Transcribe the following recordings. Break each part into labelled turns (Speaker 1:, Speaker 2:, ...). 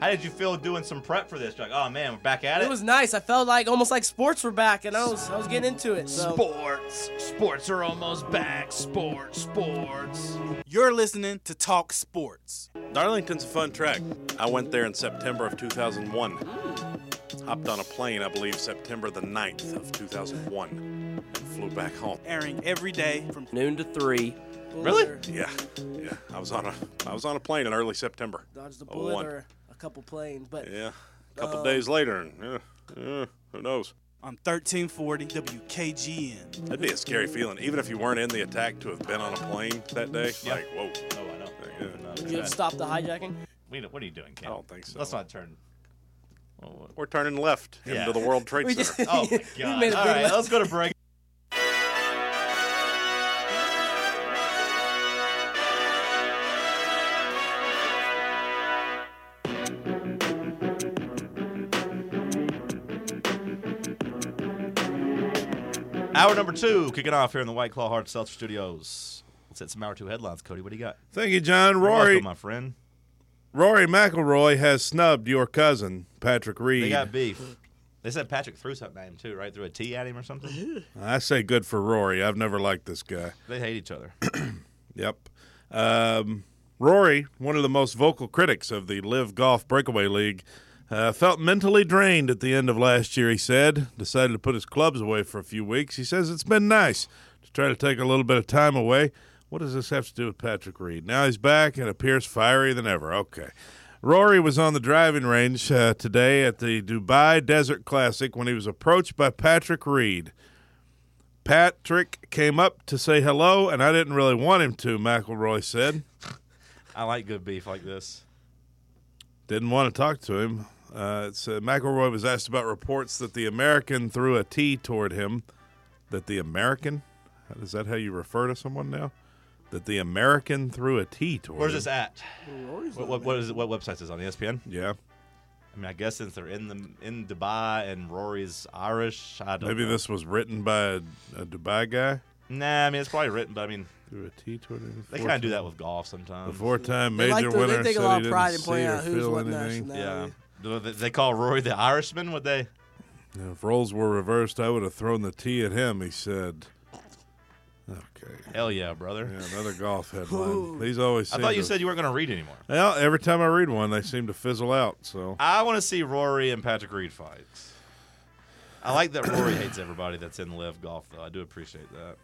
Speaker 1: How did you feel doing some prep for this? You're like, oh man, we're back at it.
Speaker 2: It was nice. I felt like almost like sports were back, and I was I was getting into it. So
Speaker 3: Sports. Sports are almost back. Sports, sports.
Speaker 1: Oh,
Speaker 4: You're listening to Talk Sports.
Speaker 5: Darlington's a fun track. I went there in September of 2001. Hopped on a plane, I believe, September the 9th of 2001, and flew back home.
Speaker 4: Airing every day from
Speaker 6: Noon to three.
Speaker 2: really
Speaker 5: Yeah, yeah. I was on a I was on a plane in early September.
Speaker 2: dodged the
Speaker 5: Oh,
Speaker 2: bullet
Speaker 5: one.
Speaker 2: or a couple planes, but
Speaker 5: Yeah, a couple days later, and uh, uh, who knows?
Speaker 4: on 1340 WKGN.
Speaker 5: That'd be a scary feeling, even if you weren't in the attack, to have been on a plane that day.
Speaker 1: Yeah.
Speaker 5: Like, whoa.
Speaker 1: Oh, I know.
Speaker 5: Yeah.
Speaker 1: No,
Speaker 2: would you have
Speaker 1: bad.
Speaker 2: stopped the hijacking?
Speaker 1: We don't- what are you doing, Cam?
Speaker 5: I don't think so.
Speaker 1: Let's not turn. Oh,
Speaker 5: We're turning left
Speaker 1: Yeah.
Speaker 5: into the World Trade
Speaker 2: We
Speaker 5: Center.
Speaker 2: just-
Speaker 1: oh my
Speaker 2: We
Speaker 1: god!
Speaker 2: made a
Speaker 1: All
Speaker 2: big
Speaker 1: right,
Speaker 2: left.
Speaker 1: let's go to break. Hour number two kicking off here in the White Claw Hard Seltzer Studios. Let's hit some hour two headlines, Cody. What do you got?
Speaker 7: Thank you, John.
Speaker 1: You're
Speaker 7: Rory
Speaker 1: welcome, my friend.
Speaker 7: Rory McIlroy has snubbed your cousin Patrick
Speaker 1: They
Speaker 7: Reed.
Speaker 1: got beef. They said Patrick threw something at him too, right? Threw a tea at him or something.
Speaker 7: I say good for Rory. I've never liked this guy.
Speaker 1: they hate each other.
Speaker 7: Yep. Um, Rory, one of the most vocal critics of the Live Golf Breakaway League, uh, felt mentally drained at the end of last year, he said. Decided to put his clubs away for a few weeks. He says it's been nice to try to take a little bit of time away. What does this have to do with Patrick Reed? Now he's back and appears fierier than ever. Okay. Rory was on the driving range uh, today at the Dubai Desert Classic when he was approached by Patrick Reed. Patrick came up to say hello, and I didn't really want him to, McElroy said.
Speaker 1: I like good beef like this.
Speaker 7: Didn't want to talk to him. Uh, it's, uh, McElroy was asked about reports that the American threw a T toward him. That the American? Is that how you refer to someone now? That the American threw a T toward
Speaker 1: Where's
Speaker 7: him.
Speaker 1: this at? What, what, what is it, what website is it on E ESPN?
Speaker 7: Yeah.
Speaker 1: I mean, I guess since they're in the in Dubai and Rory's Irish, I don't.
Speaker 7: Maybe
Speaker 1: know.
Speaker 7: this was written by a, a Dubai guy.
Speaker 1: Nah, I mean it's probably written, but I mean
Speaker 7: Threw a T toward him.
Speaker 1: they kind of do that with golf sometimes.
Speaker 7: The four-time
Speaker 2: They
Speaker 7: major
Speaker 2: like to,
Speaker 7: winner
Speaker 2: they take a
Speaker 7: said he
Speaker 2: lot of
Speaker 7: didn't
Speaker 2: pride in
Speaker 7: see
Speaker 2: playing
Speaker 7: or
Speaker 2: out who's
Speaker 7: feel
Speaker 2: what
Speaker 7: anything.
Speaker 2: nationality.
Speaker 1: yeah, Do they, they call Rory the Irishman. Would they?
Speaker 7: If roles were reversed, I would have thrown the T at him, he said. Okay.
Speaker 1: Hell yeah, brother.
Speaker 7: Yeah, another golf headline. These always
Speaker 1: I
Speaker 7: seem
Speaker 1: thought you
Speaker 7: to-
Speaker 1: said you weren't going to read anymore.
Speaker 7: Well, every time I read one, they seem to fizzle out, so.
Speaker 1: I want to see Rory and Patrick Reed fight. I like that Rory hates everybody that's in live golf, though. I do appreciate that.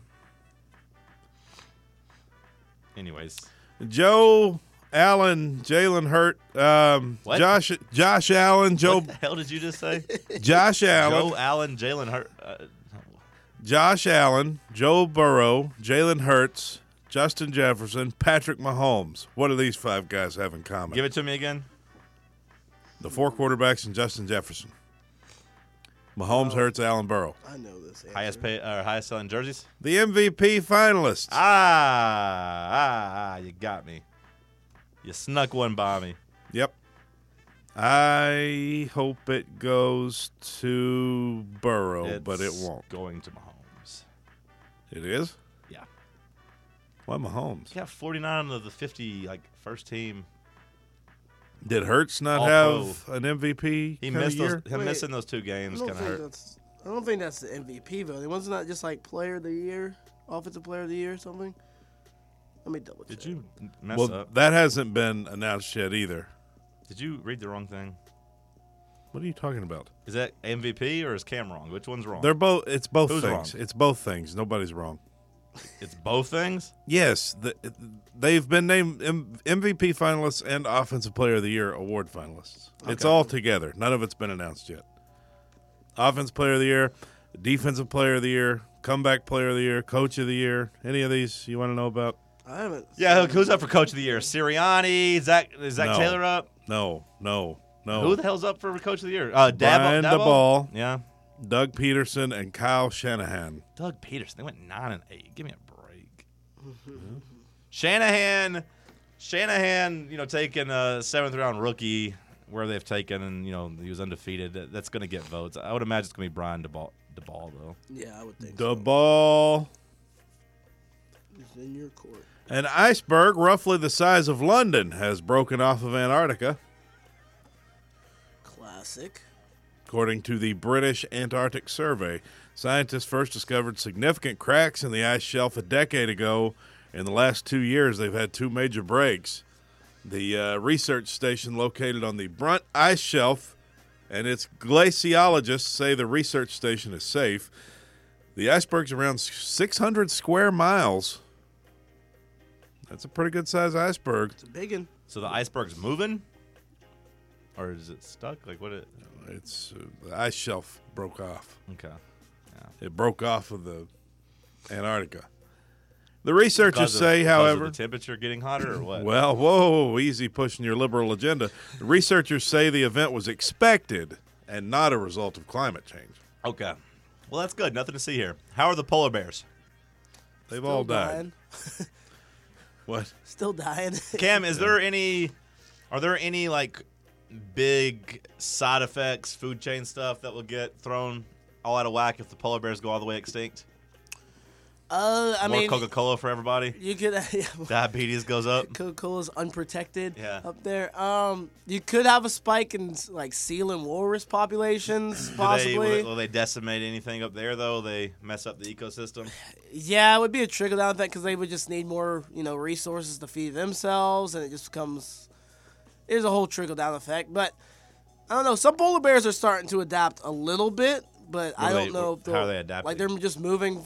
Speaker 1: Anyways,
Speaker 7: Joe Allen, Jalen Hurt, um,
Speaker 1: What?
Speaker 7: Josh Josh Allen, Joe
Speaker 1: what the hell did you just say?
Speaker 7: Josh Allen,
Speaker 1: Joe Allen, Jalen Hurt. Uh,
Speaker 7: Josh Allen, Joe Burrow, Jalen Hurts, Justin Jefferson, Patrick Mahomes. What do these five guys have in common?
Speaker 1: give it to me again.
Speaker 7: the four quarterbacks and Justin Jefferson. Mahomes, Hurts, Allen, Burrow.
Speaker 2: I know this. answer.
Speaker 1: Highest pay or highest selling jerseys.
Speaker 7: The MVP finalists.
Speaker 1: Ah, ah, ah, you got me. You snuck one by me.
Speaker 7: Yep. I hope it goes to Burrow, but it
Speaker 1: It's
Speaker 7: won't.
Speaker 1: Going to Mahomes.
Speaker 7: It is?
Speaker 1: Yeah.
Speaker 7: Why Mahomes?
Speaker 1: He got 49 of the 50 like first team.
Speaker 7: Did Hertz not
Speaker 1: All
Speaker 7: have an MVP?
Speaker 1: He
Speaker 7: kinda
Speaker 1: missed those,
Speaker 7: year?
Speaker 1: him
Speaker 2: Wait,
Speaker 1: missing those two
Speaker 2: I
Speaker 1: games
Speaker 2: don't
Speaker 1: kind of
Speaker 2: think
Speaker 1: hurt.
Speaker 2: that's. I don't think that's the MVP though. It wasn't that just like player of the year, offensive player of the year, or something. Let me double check.
Speaker 1: Did you mess
Speaker 7: Well,
Speaker 1: up?
Speaker 7: that hasn't been announced yet either.
Speaker 1: Did you read the wrong thing?
Speaker 7: What are you talking about?
Speaker 1: Is that MVP or is Cam wrong? Which one's wrong?
Speaker 7: They're both. It's both
Speaker 1: Who's
Speaker 7: things.
Speaker 1: wrong?
Speaker 7: It's both things. Nobody's wrong.
Speaker 1: it's both things.
Speaker 7: Yes, the, they've been named M- MVP finalists and Offensive Player of the Year award finalists. It's all together. None of it's been announced yet. Offensive Player of the Year, Defensive Player of the Year, Comeback Player of the Year, Coach of the Year. Any of these you want to know about?
Speaker 2: I haven't.
Speaker 1: Yeah, who- who's up for Coach of the Year? Sirianni, Zach, is Zach
Speaker 7: No.
Speaker 1: Taylor up?
Speaker 7: No, no, no.
Speaker 1: Who the hell's up for Coach of the Year? Uh, Dabo,
Speaker 7: Brian
Speaker 1: Dabo?
Speaker 7: DeBall.
Speaker 1: Yeah,
Speaker 7: Doug Peterson and Kyle Shanahan.
Speaker 1: Doug Peterson. They went nine and eight. Give me a break. Shanahan, Shanahan, you know, taking a seventh round rookie where they've taken, and you know he was undefeated. That- That's going to get votes. I would imagine it's going to be Brian DeBall. DeBall though.
Speaker 2: Yeah, I would think.
Speaker 7: The ball.
Speaker 2: so. It's in your court.
Speaker 7: An iceberg roughly the size of London has broken off of Antarctica.
Speaker 2: classic.
Speaker 7: According to the British Antarctic Survey, scientists first discovered significant cracks in the ice shelf a decade ago. In the last two years, they've had two major breaks. The uh, research station located on the Brunt Ice Shelf and its glaciologists say the research station is safe. The iceberg's around 600 square miles. That's a pretty good sized iceberg.
Speaker 2: It's a big one.
Speaker 1: So the iceberg's moving, or is it stuck? Like what? It,
Speaker 7: It's uh, the ice shelf broke off.
Speaker 1: okay.
Speaker 7: It broke off of the Antarctica. The researchers
Speaker 1: Because of-
Speaker 7: say,
Speaker 1: because of
Speaker 7: however,
Speaker 1: the temperature getting hotter or what?
Speaker 7: well, whoa, easy pushing your liberal agenda. The researchers say the event was expected and not a result of climate change.
Speaker 1: okay. Well, that's good. Nothing to see here. How are the polar bears?
Speaker 7: They've all died.
Speaker 2: Dying.
Speaker 7: What?
Speaker 2: Still dying.
Speaker 1: Cam, is there any? Are there any like big side effects, food chain stuff that will get thrown all out of whack if the polar bears go all the way extinct?
Speaker 2: uh, I
Speaker 1: More
Speaker 2: mean,
Speaker 1: Coca Cola for everybody.
Speaker 2: you could. Yeah,
Speaker 1: Diabetes goes up.
Speaker 2: Coca Cola's unprotected
Speaker 1: Yeah.
Speaker 2: up there. Um, you could have a spike in like seal and walrus populations,
Speaker 1: Do they, uh,
Speaker 2: possibly.
Speaker 1: will, they, will they decimate anything up there though? They mess up the ecosystem.
Speaker 2: Yeah, it would be a trickle down thing because they would just need more, you know, resources to feed themselves, and it just becomes. There's a whole trickle down effect, but I don't know. Some polar bears are starting to adapt a little bit, but I
Speaker 1: are
Speaker 2: don't
Speaker 1: they-
Speaker 2: know if
Speaker 1: how are
Speaker 2: they'll-
Speaker 1: they adapting?
Speaker 2: Like they're just moving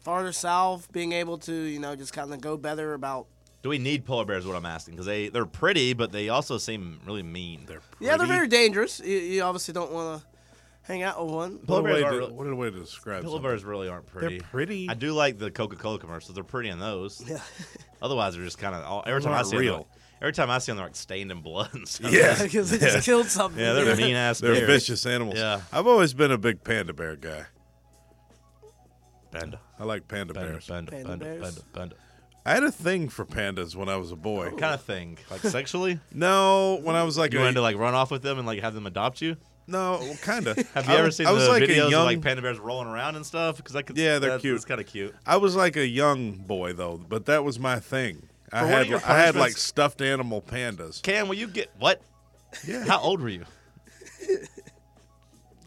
Speaker 2: farther south, being able to, you know, just kind of go better about.
Speaker 1: Do we need polar bears? Is what I'm asking because they they're pretty, but they also seem really mean. They're
Speaker 2: Yeah, they're very dangerous. You, you obviously don't want to hang out with one.
Speaker 1: Polar
Speaker 7: what, a
Speaker 1: bears
Speaker 7: way
Speaker 1: are
Speaker 7: to,
Speaker 1: really-
Speaker 7: what a way to describe
Speaker 1: polar
Speaker 7: something.
Speaker 1: bears really aren't pretty.
Speaker 7: pretty.
Speaker 1: I do like the Coca Cola commercials. They're pretty in those.
Speaker 2: Yeah.
Speaker 1: Otherwise, they're just kind of every
Speaker 7: Those
Speaker 1: time I
Speaker 7: aren't
Speaker 1: see them.
Speaker 7: real.
Speaker 1: they're like- Every time I see them, they're like stained in blood. And stuff.
Speaker 7: Yeah.
Speaker 2: Because they just killed something.
Speaker 1: yeah, they're mean ass.
Speaker 7: They're vicious animals.
Speaker 1: Yeah.
Speaker 7: I've always been a big panda bear guy.
Speaker 1: Panda,
Speaker 7: I like panda,
Speaker 1: panda,
Speaker 7: bears.
Speaker 1: panda,
Speaker 2: Panda
Speaker 1: panda,
Speaker 2: bears.
Speaker 1: panda, panda.
Speaker 7: I had a thing for pandas when I was a boy.
Speaker 1: Kind of thing, like sexually.
Speaker 7: No, when I was like
Speaker 1: You
Speaker 7: a,
Speaker 1: wanted to like run off with them and like have them adopt you.
Speaker 7: no, well, kind of.
Speaker 1: Have you
Speaker 7: I,
Speaker 1: ever
Speaker 7: was-
Speaker 1: seen
Speaker 7: I
Speaker 1: the
Speaker 7: was like
Speaker 1: videos
Speaker 7: a young
Speaker 1: of like panda bears rolling around and stuff? Because I could.
Speaker 7: Yeah, they're
Speaker 1: that's,
Speaker 7: cute.
Speaker 1: It's kind of cute.
Speaker 7: I was like a young boy though, but that was my thing. I
Speaker 1: For one of
Speaker 7: had
Speaker 1: your
Speaker 7: I had like
Speaker 1: punishments-
Speaker 7: stuffed animal pandas.
Speaker 1: Cam, will you get what?
Speaker 7: Yeah.
Speaker 1: How old were you?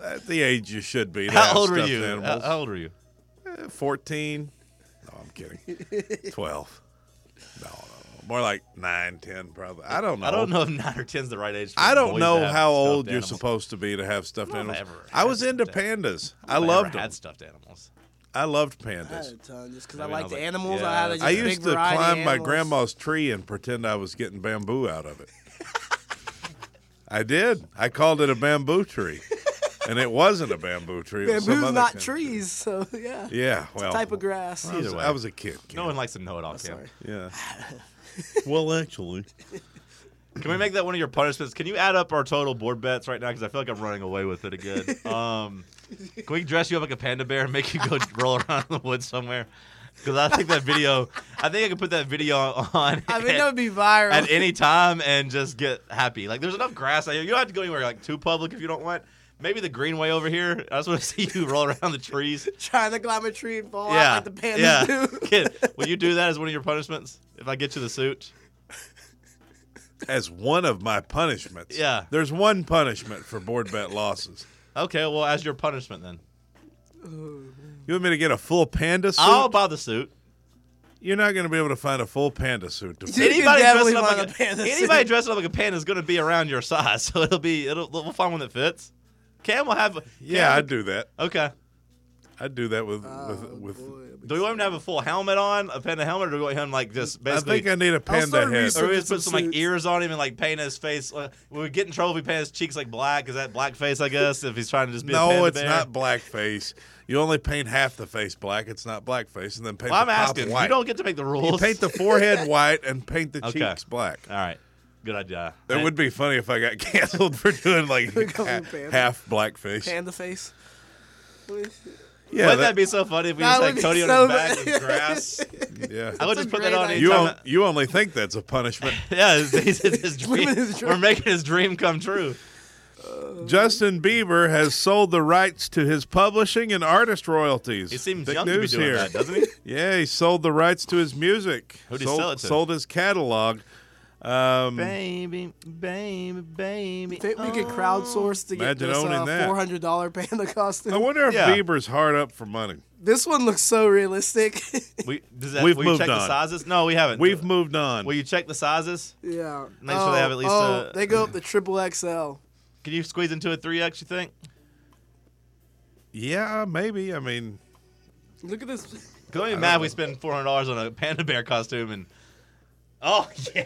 Speaker 7: At the age you should be. to
Speaker 1: How
Speaker 7: have
Speaker 1: old were
Speaker 7: stuffed
Speaker 1: you? How,
Speaker 7: Animals.
Speaker 1: how old were you?
Speaker 7: Eh, Fourteen. No, I'm kidding. Twelve. No, no, no, more like nine, ten, probably. I don't know.
Speaker 1: I don't know if nine or ten's the right age. For
Speaker 7: I don't
Speaker 1: boys to
Speaker 7: know
Speaker 1: have
Speaker 7: how
Speaker 1: stuffed
Speaker 7: old you're
Speaker 1: animals.
Speaker 7: supposed to be to have stuffed
Speaker 1: I've
Speaker 7: animals.
Speaker 1: ever
Speaker 7: I
Speaker 1: had
Speaker 7: was into
Speaker 1: stuffed
Speaker 7: pandas. I
Speaker 1: I've
Speaker 7: loved
Speaker 1: never
Speaker 7: them.
Speaker 1: had stuffed animals.
Speaker 7: I loved
Speaker 2: I had a
Speaker 7: pandas.
Speaker 2: ton uh, just because I
Speaker 1: Maybe I
Speaker 2: liked
Speaker 1: was like-
Speaker 2: animals.
Speaker 1: yeah,
Speaker 2: I had a
Speaker 1: that's
Speaker 2: just
Speaker 7: I
Speaker 2: big
Speaker 7: used to
Speaker 2: variety of
Speaker 7: climb my
Speaker 2: animals.
Speaker 7: grandma's tree and pretend I was getting bamboo out of it. I did. I called it a bamboo tree, and it wasn't a bamboo tree. it was some
Speaker 2: Bamboo's
Speaker 7: other
Speaker 2: not
Speaker 7: kind of
Speaker 2: trees, so yeah.
Speaker 7: tree. Yeah, well,
Speaker 2: Type of grass.
Speaker 7: I was,
Speaker 1: Either way.
Speaker 7: I was a kid. kid.
Speaker 1: No one likes to know it all, Cam.
Speaker 2: sorry.
Speaker 7: yeah. well, actually,
Speaker 1: Can we make that one of your punishments? Can you add up our total board bets right now? Because I feel like I'm running away with it again. Um, can we dress you up like a panda bear and make you go roll around in the woods somewhere? Because I think that video, I think I could put that video on.
Speaker 2: I mean,
Speaker 1: at-
Speaker 2: that would be viral.
Speaker 1: at any time and just get happy. Like there's enough grass out here. You don't have to go anywhere like too public if you don't want. Maybe the greenway over here. I just want to see you roll around the trees.
Speaker 2: trying to climb a tree and fall
Speaker 1: yeah,
Speaker 2: out like the pandas
Speaker 1: yeah.
Speaker 2: do.
Speaker 1: Kid, will you do that as one of your punishments if I get you the suit?
Speaker 7: as one of my punishments.
Speaker 1: Yeah.
Speaker 7: There's one punishment for board bet losses.
Speaker 1: Okay, well as your punishment then,
Speaker 7: You want me to get a full panda suit?
Speaker 1: I'll buy the suit.
Speaker 7: You're not going to be able to find a full panda suit to fit.
Speaker 2: Did- can
Speaker 1: Anybody
Speaker 2: definitely
Speaker 1: dressing up
Speaker 2: find
Speaker 1: like
Speaker 2: a
Speaker 1: a,
Speaker 2: panda suit.
Speaker 1: anybody dressing up like a panda is going to be around your size, so it'll be it'll we'll find one that fits. Cam will have
Speaker 7: Yeah,
Speaker 1: Cam,
Speaker 7: I'd do that.
Speaker 1: okay.
Speaker 7: I'd do that with
Speaker 2: Oh,
Speaker 7: with, with
Speaker 1: Do we want him to have a full helmet on, a panda helmet, or do we want him like just
Speaker 7: I
Speaker 1: basically?
Speaker 7: think I need a panda
Speaker 2: start
Speaker 7: head.
Speaker 2: research-
Speaker 1: Or we just
Speaker 2: Some
Speaker 1: put some like
Speaker 2: suits.
Speaker 1: ears on him and like paint his face. Uh, we would get in trouble if we paint his cheeks like black. Is that blackface? I guess if he's trying to just be a
Speaker 7: No,
Speaker 1: panda
Speaker 7: it's
Speaker 1: bear?
Speaker 7: not blackface. You only paint half the face black. It's not blackface, and then paint
Speaker 1: Well, I'm
Speaker 7: the top
Speaker 1: asking.
Speaker 7: white.
Speaker 1: You don't get to make the
Speaker 7: You
Speaker 1: rules.
Speaker 7: paint the forehead white and paint the
Speaker 1: Okay. Uh,
Speaker 7: cheeks black.
Speaker 1: All right, good idea.
Speaker 7: It would be funny if I got canceled for doing like
Speaker 2: Call me
Speaker 7: ha-
Speaker 2: panda.
Speaker 7: half blackface.
Speaker 2: Panda face.
Speaker 7: Yeah,
Speaker 1: Wouldn't that, be so funny if we just
Speaker 2: That would
Speaker 1: had
Speaker 2: be
Speaker 1: Cody
Speaker 2: so
Speaker 1: on his back with grass?
Speaker 7: yeah.
Speaker 1: I would just
Speaker 2: a
Speaker 1: put that
Speaker 2: great
Speaker 1: on.
Speaker 2: idea.
Speaker 7: you,
Speaker 1: anytime
Speaker 7: on- you only think that's a punishment.
Speaker 1: I- yeah, it's, it's- it's his dream.
Speaker 2: living his dream.
Speaker 1: We're making his dream come true.
Speaker 7: Justin Bieber has sold the rights to his publishing and artist royalties.
Speaker 1: He seems
Speaker 7: Big
Speaker 1: young to be
Speaker 7: news
Speaker 1: doing
Speaker 7: here.
Speaker 1: that, doesn't he?
Speaker 7: Yeah, he sold the rights to his music.
Speaker 1: Who'd he
Speaker 7: sold,
Speaker 1: sell it to?
Speaker 7: Sold his catalog. Um,
Speaker 1: Baby, baby, baby.
Speaker 2: Think we could crowdsource to get
Speaker 7: Imagine
Speaker 2: this
Speaker 7: owning
Speaker 2: uh,
Speaker 7: that.
Speaker 2: $400 panda costume.
Speaker 7: I wonder if
Speaker 1: Yeah.
Speaker 7: Bieber's hard up for money.
Speaker 2: this one looks so realistic.
Speaker 1: We, does that,
Speaker 7: We've
Speaker 1: will you
Speaker 7: moved
Speaker 1: check
Speaker 7: on.
Speaker 1: the sizes? No, we haven't.
Speaker 7: We've moved on.
Speaker 1: Will you check the sizes?
Speaker 2: yeah.
Speaker 1: Make sure they have at least,
Speaker 2: Oh,
Speaker 1: uh,
Speaker 2: they go up to triple XL.
Speaker 1: Can you squeeze into a 3X, you think?
Speaker 7: yeah, maybe. I mean,
Speaker 2: Look at this.
Speaker 1: Because I'm mad if we spend $400 on a panda bear costume and. Oh, yeah.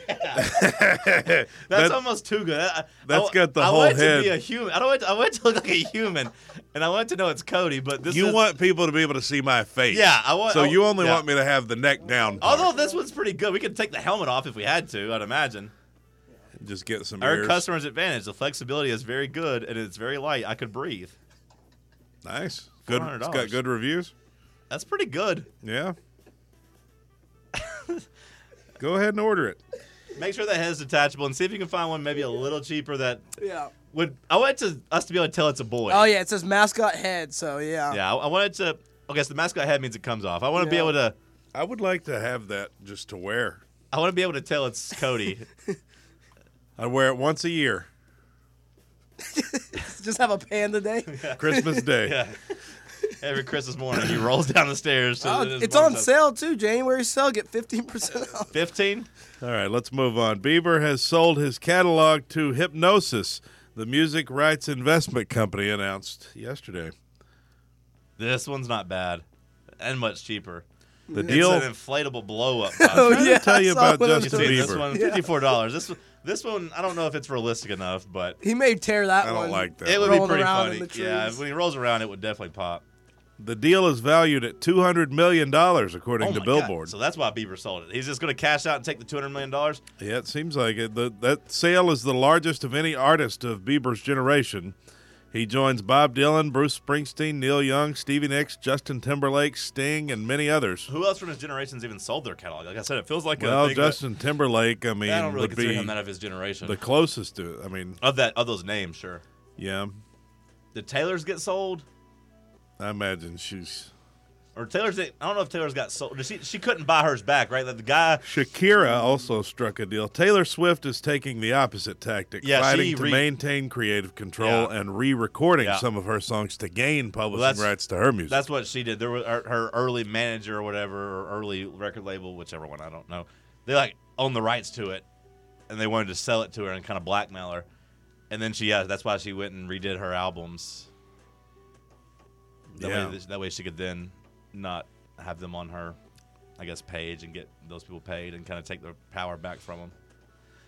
Speaker 7: that's
Speaker 1: That's almost too good. I, I-
Speaker 7: that's
Speaker 1: I,
Speaker 7: got the
Speaker 1: I
Speaker 7: whole
Speaker 1: want
Speaker 7: head.
Speaker 1: to be a human. I don't want to, I want to look like a human, and I want to know it's Cody. But this
Speaker 7: you
Speaker 1: is,
Speaker 7: want people to be able to see my face.
Speaker 1: Yeah, I want-
Speaker 7: So
Speaker 1: I-
Speaker 7: you only
Speaker 1: yeah.
Speaker 7: want me to have the neck down. part.
Speaker 1: Although this one's pretty good, we could take the helmet off if we had to. I'd imagine.
Speaker 7: just get some
Speaker 1: Our
Speaker 7: ears.
Speaker 1: customer's advantage. The flexibility is very good and it's very light. I could breathe.
Speaker 7: Nice. Good. It's got
Speaker 1: $400.
Speaker 7: good reviews.
Speaker 1: That's pretty good.
Speaker 7: Yeah. Go ahead and order it.
Speaker 1: Make sure that head's detachable and see if you can find one maybe a little cheaper that
Speaker 2: Yeah.
Speaker 1: would. I want to, us to be able to tell it's a boy.
Speaker 2: Oh, yeah. It says mascot head, so yeah.
Speaker 1: Yeah, I, I wanted to. Okay, so the mascot head means it comes off. I want to be
Speaker 2: Yeah.
Speaker 1: able to.
Speaker 7: I would like to have that just to wear.
Speaker 1: I want to be able to tell it's Cody.
Speaker 7: I wear it once a year,
Speaker 2: Just have a panda day.
Speaker 7: Christmas Day.
Speaker 1: Every Christmas morning, he rolls down the stairs. To
Speaker 2: Oh,
Speaker 1: his
Speaker 2: it's on
Speaker 1: mom's house.
Speaker 2: sale, too. January sale. Get 15% off.
Speaker 1: Fifteen.
Speaker 7: All right, let's move on. Bieber has sold his catalog to Hypnosis, the music rights investment company announced yesterday.
Speaker 1: This one's not bad, and much cheaper.
Speaker 7: The
Speaker 1: It's
Speaker 7: deal.
Speaker 1: an inflatable blow up.
Speaker 2: Oh,
Speaker 7: I'm trying
Speaker 2: yeah,
Speaker 7: to tell
Speaker 2: I
Speaker 7: you
Speaker 2: saw
Speaker 7: about
Speaker 2: one on
Speaker 1: You
Speaker 7: Justin
Speaker 1: see this
Speaker 7: Bieber.
Speaker 1: one, fifty-four dollars. This this one, I don't know if it's realistic enough, but
Speaker 2: He may tear that
Speaker 7: I
Speaker 2: one.
Speaker 7: don't like that.
Speaker 1: it would
Speaker 7: one.
Speaker 1: be
Speaker 2: Rolling
Speaker 1: pretty
Speaker 2: around
Speaker 1: funny.
Speaker 2: in the
Speaker 1: Yeah,
Speaker 2: trees.
Speaker 1: when he rolls around, it would definitely pop.
Speaker 7: the deal is valued at two hundred million dollars, according
Speaker 1: Oh
Speaker 7: to
Speaker 1: my
Speaker 7: Billboard.
Speaker 1: God. So that's why Bieber sold it. He's just going to cash out and take the two hundred million dollars.
Speaker 7: yeah, it seems like it. The, that sale is the largest of any artist of Bieber's generation. He joins Bob Dylan, Bruce Springsteen, Neil Young, Stevie Nicks, Justin Timberlake, Sting, and many others.
Speaker 1: Who else from his generation's even sold their catalog? Like I said, it feels like a
Speaker 7: Well,
Speaker 1: thing
Speaker 7: Justin Timberlake, I mean,
Speaker 1: That, I don't really
Speaker 7: would
Speaker 1: consider
Speaker 7: be
Speaker 1: him that of his generation.
Speaker 7: the closest to. I mean,
Speaker 1: of that of those names, sure.
Speaker 7: yeah.
Speaker 1: Did Taylor's get sold?
Speaker 7: I imagine she's
Speaker 1: Or Taylor's? didn't- I don't know if Taylor's got sold. She she couldn't buy hers back, right? That the guy.
Speaker 7: Shakira also struck a deal. Taylor Swift is taking the opposite tactic,
Speaker 1: Yeah, she
Speaker 7: fighting to
Speaker 1: re-
Speaker 7: maintain creative control
Speaker 1: Yeah.
Speaker 7: and re-recording
Speaker 1: Yeah.
Speaker 7: some of her songs to gain publishing
Speaker 1: that's-
Speaker 7: rights to her music.
Speaker 1: That's what she did. There was her, her early manager or whatever, or early record label, whichever one I don't know. They like own the rights to it, and they wanted to sell it to her and kind of blackmail her. And then she, yeah, that's why she went and redid her albums. That
Speaker 7: Yeah.
Speaker 1: way, that way she could then not have them on her, I guess, page and get those people paid and kind of take their power back from them.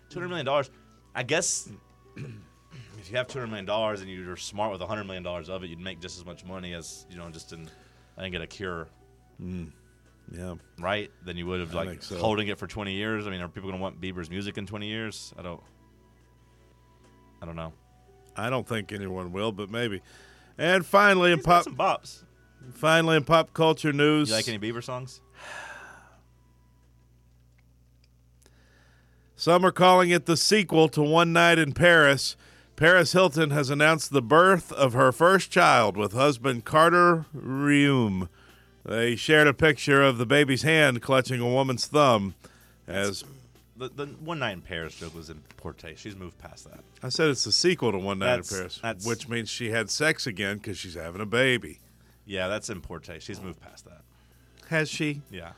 Speaker 1: Two hundred million dollars, I guess. If you have two hundred million dollars and you're smart with hundred million dollars of it, you'd make just as much money as you know, just in I think get a cure,
Speaker 7: yeah,
Speaker 1: right? Than you would have like
Speaker 7: think so.
Speaker 1: holding it for twenty years. I mean, are people gonna want Bieber's music in twenty years? I don't. I don't know.
Speaker 7: I don't think anyone will, but maybe. And finally, in
Speaker 1: He's got
Speaker 7: pop,
Speaker 1: some bops.
Speaker 7: finally in pop culture news,
Speaker 1: You like any Bieber songs?
Speaker 7: some are calling it the sequel to One Night in Paris. Paris Hilton has announced the birth of her first child with husband Carter Reum. They shared a picture of the baby's hand clutching a woman's thumb as
Speaker 1: The, the one night in Paris joke was in poor taste. She's moved past that.
Speaker 7: I said it's the sequel to One Night
Speaker 1: That's-
Speaker 7: in Paris,
Speaker 1: that's-
Speaker 7: which means she had sex again because she's having a baby.
Speaker 1: Yeah, that's in poor taste. She's moved past that.
Speaker 7: Has she?
Speaker 1: Yeah.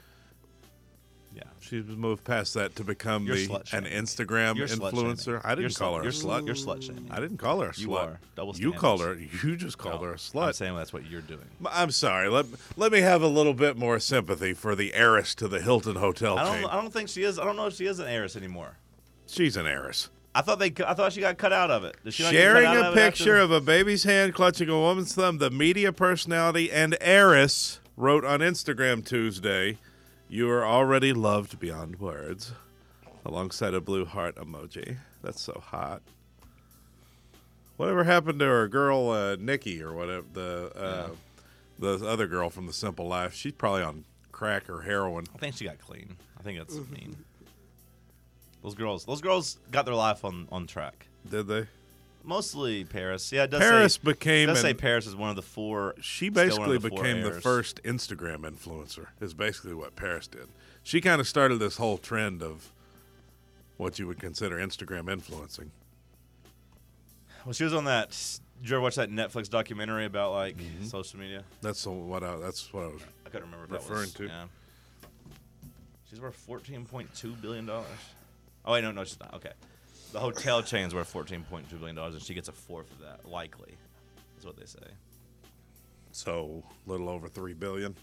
Speaker 1: Yeah.
Speaker 7: She's moved past that to become
Speaker 1: You're
Speaker 7: the, an
Speaker 1: slut-shaming.
Speaker 7: Instagram
Speaker 1: You're slut
Speaker 7: influencer.
Speaker 1: shaming.
Speaker 7: I didn't
Speaker 1: You're slut-
Speaker 7: call her
Speaker 1: You're
Speaker 7: a slut.
Speaker 1: slut. You're slut shaming.
Speaker 7: I didn't call her a slut.
Speaker 1: You are. Double
Speaker 7: you
Speaker 1: standards.
Speaker 7: called her. You just called her a
Speaker 1: I'm
Speaker 7: slut.
Speaker 1: saying that's what you're doing.
Speaker 7: M- I'm sorry. Let let me have a little bit more sympathy for the heiress to the Hilton hotel
Speaker 1: I
Speaker 7: chain.
Speaker 1: don't. I don't think she is. I don't know if she is an heiress anymore.
Speaker 7: She's an heiress.
Speaker 1: I thought they. cu- I thought she got cut out of it. Did she not get cut
Speaker 7: Sharing
Speaker 1: out
Speaker 7: a
Speaker 1: of it after
Speaker 7: picture
Speaker 1: the-
Speaker 7: of a baby's hand clutching a woman's thumb, the media personality and heiress wrote on Instagram Tuesday, You are already loved beyond words, alongside a blue heart emoji. That's so hot. Whatever happened to our girl, uh, Nikki, or whatever, the, uh, the other girl from The Simple Life? She's probably on crack or heroin.
Speaker 1: I think she got clean. I think that's mean. Those girls. Those girls got their life on on track.
Speaker 7: Did they?
Speaker 1: Mostly Paris. Yeah, it does
Speaker 7: Paris
Speaker 1: say,
Speaker 7: became
Speaker 1: Does say
Speaker 7: an-
Speaker 1: Paris is one of the four.
Speaker 7: She
Speaker 1: still one of
Speaker 7: basically
Speaker 1: the four
Speaker 7: became the
Speaker 1: heirs.
Speaker 7: first Instagram influencer. Is basically what Paris did. She kind of started this whole trend of what you would consider Instagram influencing.
Speaker 1: Well, she was on that. Did you ever watch that Netflix documentary about like
Speaker 7: Mm-hmm.
Speaker 1: social media?
Speaker 7: That's the- what I, that's what I was.
Speaker 1: I couldn't remember if that
Speaker 7: Referring
Speaker 1: was,
Speaker 7: to.
Speaker 1: Yeah. She's worth fourteen point two billion dollars. Oh wait, no, no, she's not. Okay, the hotel chain's worth fourteen point two billion dollars, and she gets a fourth of that, likely. That's what they say.
Speaker 7: So little over three billion.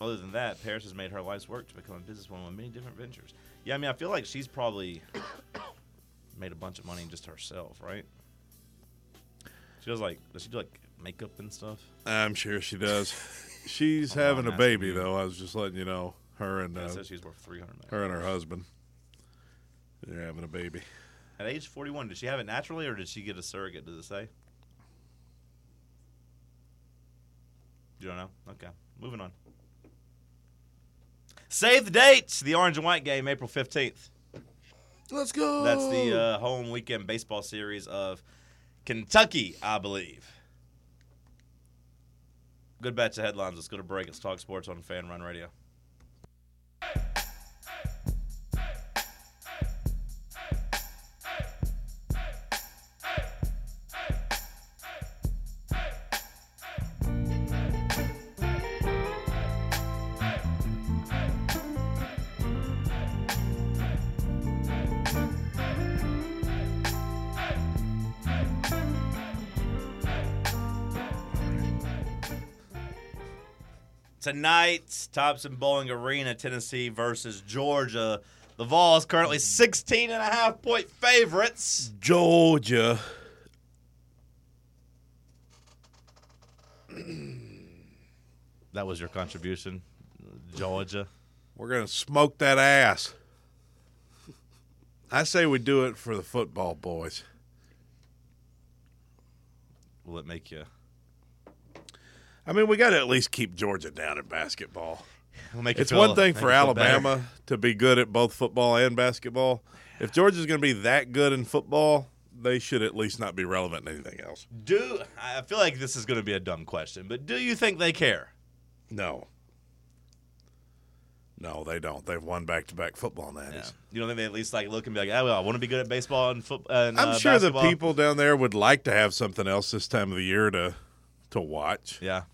Speaker 1: Other than that, Paris has made her life's work to become a businesswoman with many different ventures. Yeah, I mean, I feel like she's probably made a bunch of money just herself, right? She does like does she do like makeup and stuff?
Speaker 7: I'm sure she does. She's
Speaker 1: Oh, wow,
Speaker 7: having a
Speaker 1: that's
Speaker 7: baby
Speaker 1: weird.
Speaker 7: though. I was just letting you know. Her and
Speaker 1: Yeah,
Speaker 7: uh,
Speaker 1: it says she's worth three hundred million.
Speaker 7: her and her husband. They're having a baby.
Speaker 1: At age 41, did she have it naturally or did she get a surrogate? Does it say? You don't know? Okay. Moving on. Save the dates. The Orange and White game, April 15th.
Speaker 2: Let's go.
Speaker 1: That's the uh, home weekend baseball series of Kentucky, I believe. Good batch of headlines. Let's go to break. It's Talk Sports on Fan Run Radio. Tonight, Thompson Bowling Arena, Tennessee versus Georgia. The Vols currently 16 and a half point favorites.
Speaker 7: Georgia.
Speaker 1: That was your contribution, Georgia.
Speaker 7: We're gonna smoke that ass. I say we do it for the football boys.
Speaker 1: Will it make you?
Speaker 7: I mean, we got to at least keep Georgia down in basketball.
Speaker 1: It'll make you
Speaker 7: It's
Speaker 1: feel-
Speaker 7: one thing
Speaker 1: make
Speaker 7: for
Speaker 1: you feel better.
Speaker 7: Alabama to be good at both football and basketball. If Georgia's going to be that good in football, they should at least not be relevant in anything else.
Speaker 1: Do I feel like this is going to be a dumb question? But do you think they care?
Speaker 7: No. No, they don't. They've won back-to-back football
Speaker 1: Yeah.
Speaker 7: natties.
Speaker 1: You don't think they at least like look and be like, oh, well, I want to be good at baseball and football. And,
Speaker 7: I'm
Speaker 1: uh,
Speaker 7: sure
Speaker 1: basketball.
Speaker 7: the people down there would like to have something else this time of the year to to watch.
Speaker 1: Yeah.